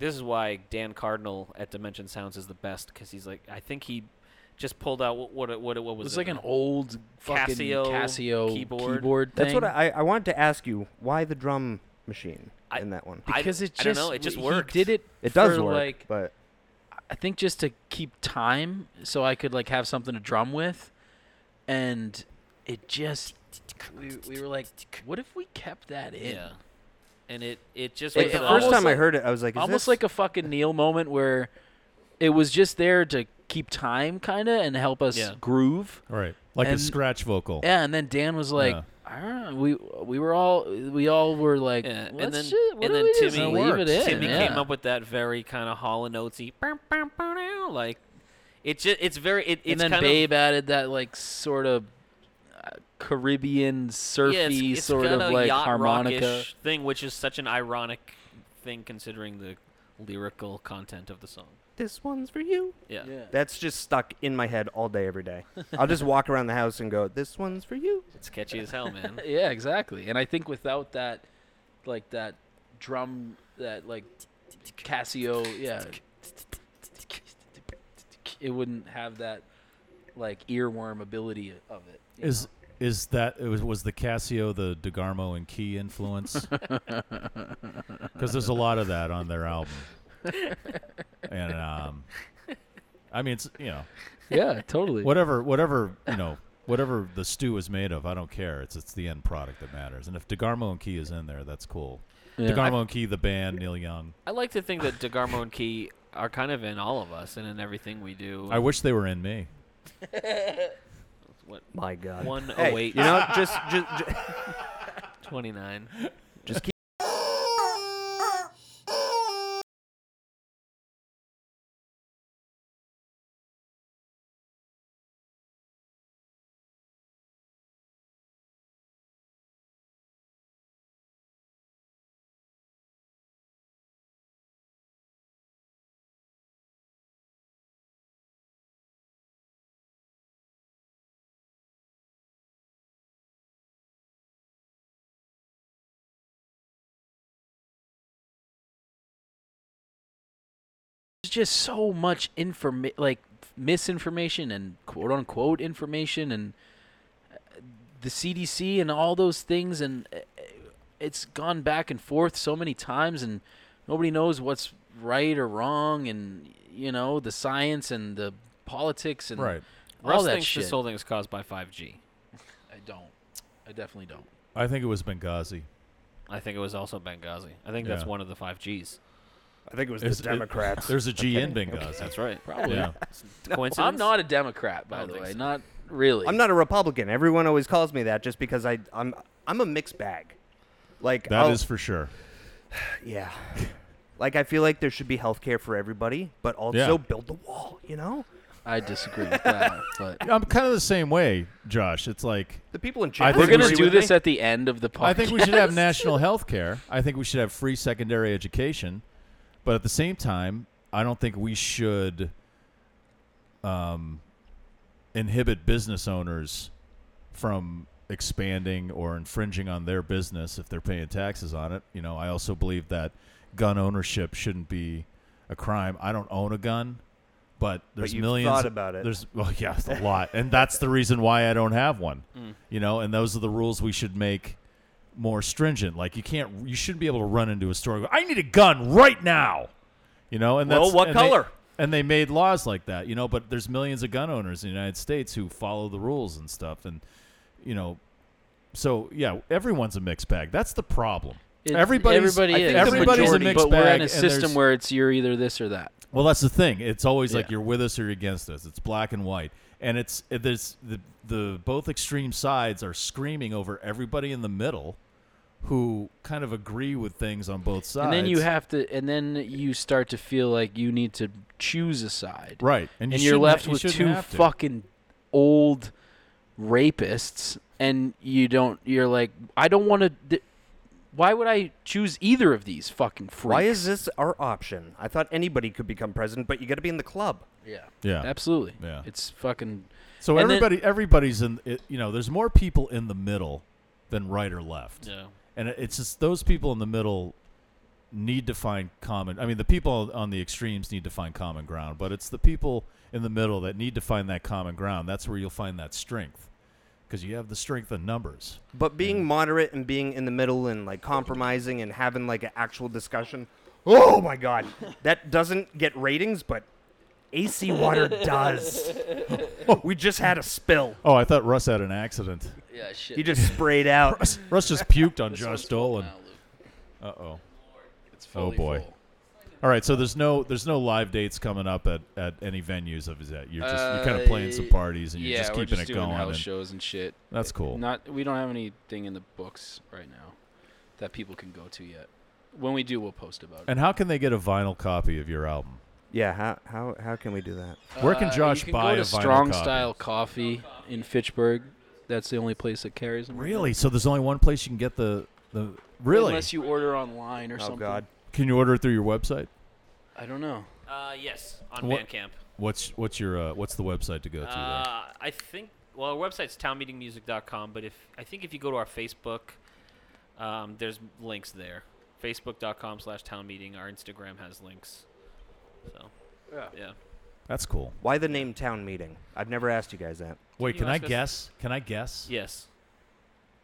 this is why Dan Cardinal at Dimension Sounds is the best cuz he's like I think he just pulled out what what what, what was
It's
it?
like an old fucking
Casio
Casio,
keyboard.
keyboard.
That's
thing.
what I, I wanted to ask you. Why the drum machine
I-
in that one?
I-
because it
I
just
don't know, it just
he
worked.
did it.
It does
for,
work,
Like
but
I think just to keep time, so I could like have something to drum with, and it just we, we were like, what if we kept that in?
yeah. And it it just
Like
was
the
a-
first
almost
time I
like-
heard it, I was like, is
Almost
this-
like a fucking Neil moment where it was just there to keep time, kind of, and help us
Yeah.
groove.
All right. Like a
And-
scratch vocal.
Yeah, and then Dan was like,
Yeah.
I don't know. We we were all we all were like,
Yeah, and
"Let's
then-
ju- what
and
do
then
we do?
Timmy-
Just leave it in.
Timmy
yeah.
came up with that very kind of Hall and Oatesy, "Bum, bum, bum, now," like it just it's very it, it's
and then
kind
Babe added that like sort of uh, Caribbean
of
surfy
yeah, it's, it's
sort
kind
of like
yacht
harmonica.
rockish thing, which is such an ironic thing considering the lyrical content of the song.
this one's for you.
Yeah,
That's just stuck in my head all day, every day. I'll just walk around the house and go, "This one's for you."
it's catchy as hell, man.
Yeah, exactly. And I think without that, like that drum, that like Casio, yeah, it wouldn't have that like earworm ability of it. you
Is is that it was, was the Casio the DeGarmo and Key
<laughs>
influence? Because there's a lot of that on their album, and um, I mean it's you know
know? yeah, totally.
whatever whatever you know whatever the stew is made of, I don't care. It's it's the end product that matters, and if DeGarmo and Key is in there, that's cool. DeGarmo and Key, the band, Neil Young.
I like to think that DeGarmo and Key are kind of in all of us and in everything we do.
I wish they were in me.
what
My God.
one
Hey,
oh eight
you know, just, just, ju- <laughs>
<laughs>
twenty nine.
there's just so much inform like misinformation and quote unquote information and uh, the CDC and all those things and uh, it's gone back and forth so many times and nobody knows what's right or wrong and you know the science and the politics and
Right.
all
Russ
that
thinks
shit.
this whole thing is caused by 5G.
I don't. I definitely don't.
I think it was Benghazi.
I think it was also Benghazi. I think that's
Yeah.
one of the 5Gs.
I think it was
It's-
the
it-
Democrats.
There's a G in Benghazi.
That's right.
Probably.
<laughs>
Yeah.
It's a coincidence.
I'm not a Democrat, by
don't
the
think
way.
so.
Not really.
I'm not a Republican. Everyone always calls me that just because I I'm I'm a mixed bag. Like
That is
I'll-
for sure.
<laughs> yeah. Like I feel like there should be health care for everybody, but also
Yeah.
build the wall, you know?
I disagree <laughs> with that. But
I'm kind of the same way, Josh. It's like
The people in
I
China.
think
we're
we
gonna
should-
do this at the end of the podcast.
I think we should have national health care. I think we should have free secondary education. But at the same time, I don't think we should um, inhibit business owners from expanding or infringing on their business if they're paying taxes on it. You know, I also believe that gun ownership shouldn't be a crime. I don't own a gun, but there's
you've
millions
thought about it.
There's well, yeah,
<laughs>
a lot, and that's the reason why I don't have one.
Mm.
You know, and those are the rules we should make more stringent. Like you can't, you shouldn't be able to run into a store and go, "I need a gun right now." You know, and
Well,
that's,
what
and they-
color?
and they made laws like that, you know. But there's millions of gun owners in the United States who follow the rules and stuff, and you know, so yeah, everyone's a mixed bag. That's the problem.
It-
everybody's
everybody
I
is.
think everybody's
majority,
a mixed
but
bag.
we're in a
and
system
there's-
where it's you're either this or that.
well, that's the thing. It's always like
Yeah.
you're with us or you're against us. It's black and white, and it's it- there's the the both extreme sides are screaming over everybody in the middle, who kind of agree with things on both sides.
And then you have to, and then you start to feel like you need to choose a side.
right, and,
and
you
you're
shouldn't ha-
left
you
with
shouldn't
two
have to.
fucking old rapists and you don't you're like i don't want to th- why would i choose either of these fucking freaks
Why is this our option? I thought anybody could become president, but you got to be in the club.
yeah
Yeah.
absolutely
Yeah.
it's fucking
So
and then-
everybody everybody's in it, you know. There's more people in the middle than right or left.
Yeah.
and it- it's just those people in the middle need to find common i mean the people on the extremes need to find common ground but it's the people in the middle that need to find that common ground that's where you'll find that strength because you have the strength in numbers
But being moderate and being in the middle and like compromising and having like an actual discussion. Oh my god. That doesn't get ratings, but AC
<laughs>
water does. we just had a spill.
oh i thought russ had an
<laughs>
accident
yeah shit
He just sprayed out.
russ just puked on josh dolan uh-oh
it's
Oh, fully boy. full. all right so there's no there's no live dates coming up at at any venues of that you're just you're kind of playing some parties and you're
Uh, yeah
just
we're
keeping
just
it
doing
going
house
and-
shows and shit
that's cool
not we don't have anything in the books right now that people can go to yet when we do we'll post about it
and how can they get a vinyl copy of your album
Yeah, how how how can we do that?
where can
Uh,
josh
you can
buy
go to
a vinyl
Strong
copy?
Style Coffee in Fitchburg. That's the only place that carries them.
Really? So there's only one place you can get the the really?
Unless you order online
Oh,
Oh,
or something.
can you order it through your website?
I don't know.
Uh, yes, on
What-
Bandcamp.
What's what's your uh, what's the website to go to? there?
Uh, I think well, our website's townmeetingmusic.com, but if I think if you go to our Facebook, um, there's links there. Facebook.com slash town meeting. Our Instagram has links. So yeah.
That's cool.
Why the name town meeting? I've never asked you guys that.
Wait,
you
can I
ask us-
guess? Can I guess?
Yes.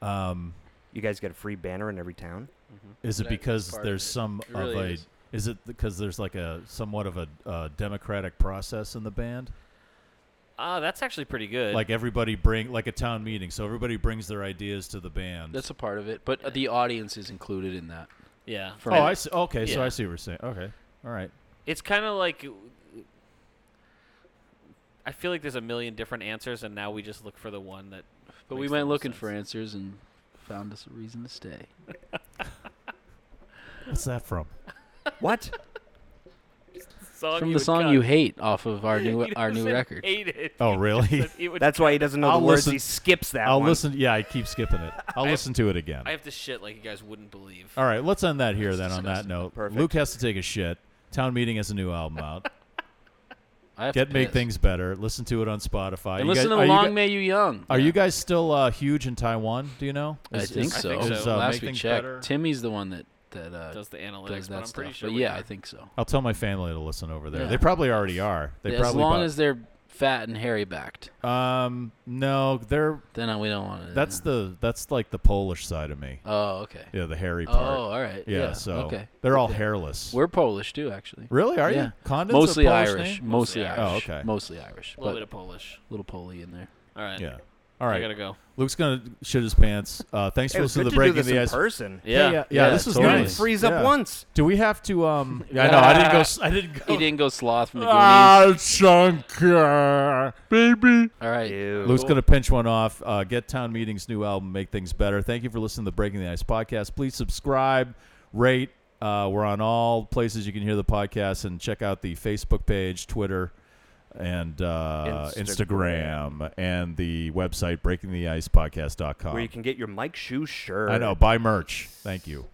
Um,
You guys get a free banner in every town.
is it
That
because
part
there's
of it.
some
It really
of a
is.
is it because there's like a somewhat of a uh, democratic process in the band?
Ah, that's actually pretty good.
Like everybody bring like a town meeting, so everybody brings their ideas to the band.
That's a part of it, but uh, the audience is included in that.
yeah.
From
oh, I see. Okay, so
Yeah.
I see what you're saying. Okay, all right.
It's kind of like I feel like there's a million different answers, and now we just look for the one that.
but we
makes the
went
most
looking
sense.
for answers and found us a reason to stay.
What's that
<laughs>
from?
What?
Song
From
you
the
would
song
cut.
you hate off of
<laughs>
our new
He
our new
doesn't
record.
Hate it.
Oh,
<laughs>
really?
He would-
That's why he doesn't know
I'll
the words.
listen-
He skips that
<laughs> I'll
one.
listen. Yeah, I keep skipping
<laughs>
it. I'll listen to it again.
I have to shit like you guys wouldn't believe.
All right, let's end that here then. On that note,
Perfect.
Luke has to take a shit. Town meeting has a new
<laughs>
album out.
I have
Get
to
make
piss.
things better. Listen to it on Spotify.
And
You
listen
guys-
to
are
Long
You guys,
May You Young.
are you guys still uh, huge in Taiwan? Do you know?
I think so.
think so.
uh,
Last
Make
we
Things
checked,
Better?
Timmy's the one that that uh,
Does the analytics?
does
but
that
I'm
stuff.
pretty sure.
but
we
yeah,
are.
I think so.
I'll tell my family to listen over there.
Yeah.
They probably already are. They
as
probably
long
bought-
as they're fat and hairy backed.
Um, no, they're
Then we don't want to.
that's the that's like the Polish side of me.
Oh, okay.
Yeah, the hairy
Oh,
part.
all right.
uh, yeah,
Yeah.
so
okay.
they're all hairless.
We're Polish too, actually.
really? Are
yeah.
you? Condon's a
Mostly
Polish
Irish.
name?
Mostly
Mostly
Irish.
Oh, okay.
Mostly Irish.
A little bit
but
of Polish.
little Polish in there.
All right.
Yeah. All
I
right.
gotta go.
Luke's gonna shit his pants. Uh, thanks
Hey,
for
it's
listening to
good to do
Breaking
this
the
in
Ice.
person.
Yeah.
yeah, this was
You didn't
nice.
freeze
Yeah.
up once.
Do we have to? Um, <laughs> yeah, I know. I didn't go. s- I didn't go.
He didn't go sloth from the Goonies.
Ah, Shankar, baby.
All right.
Luke's going to pinch one off. Uh, Get Town Meeting's new album, Make Things Better. Thank you for listening to the Breaking the Ice podcast. Please subscribe, rate. Uh, we're on all places you can hear the podcast, and check out the Facebook page, Twitter, and uh, Instagram. and the website, breakingtheicepodcast.com.
Where you can get your Mike Shoe shirt.
I know. Buy merch. Thank you.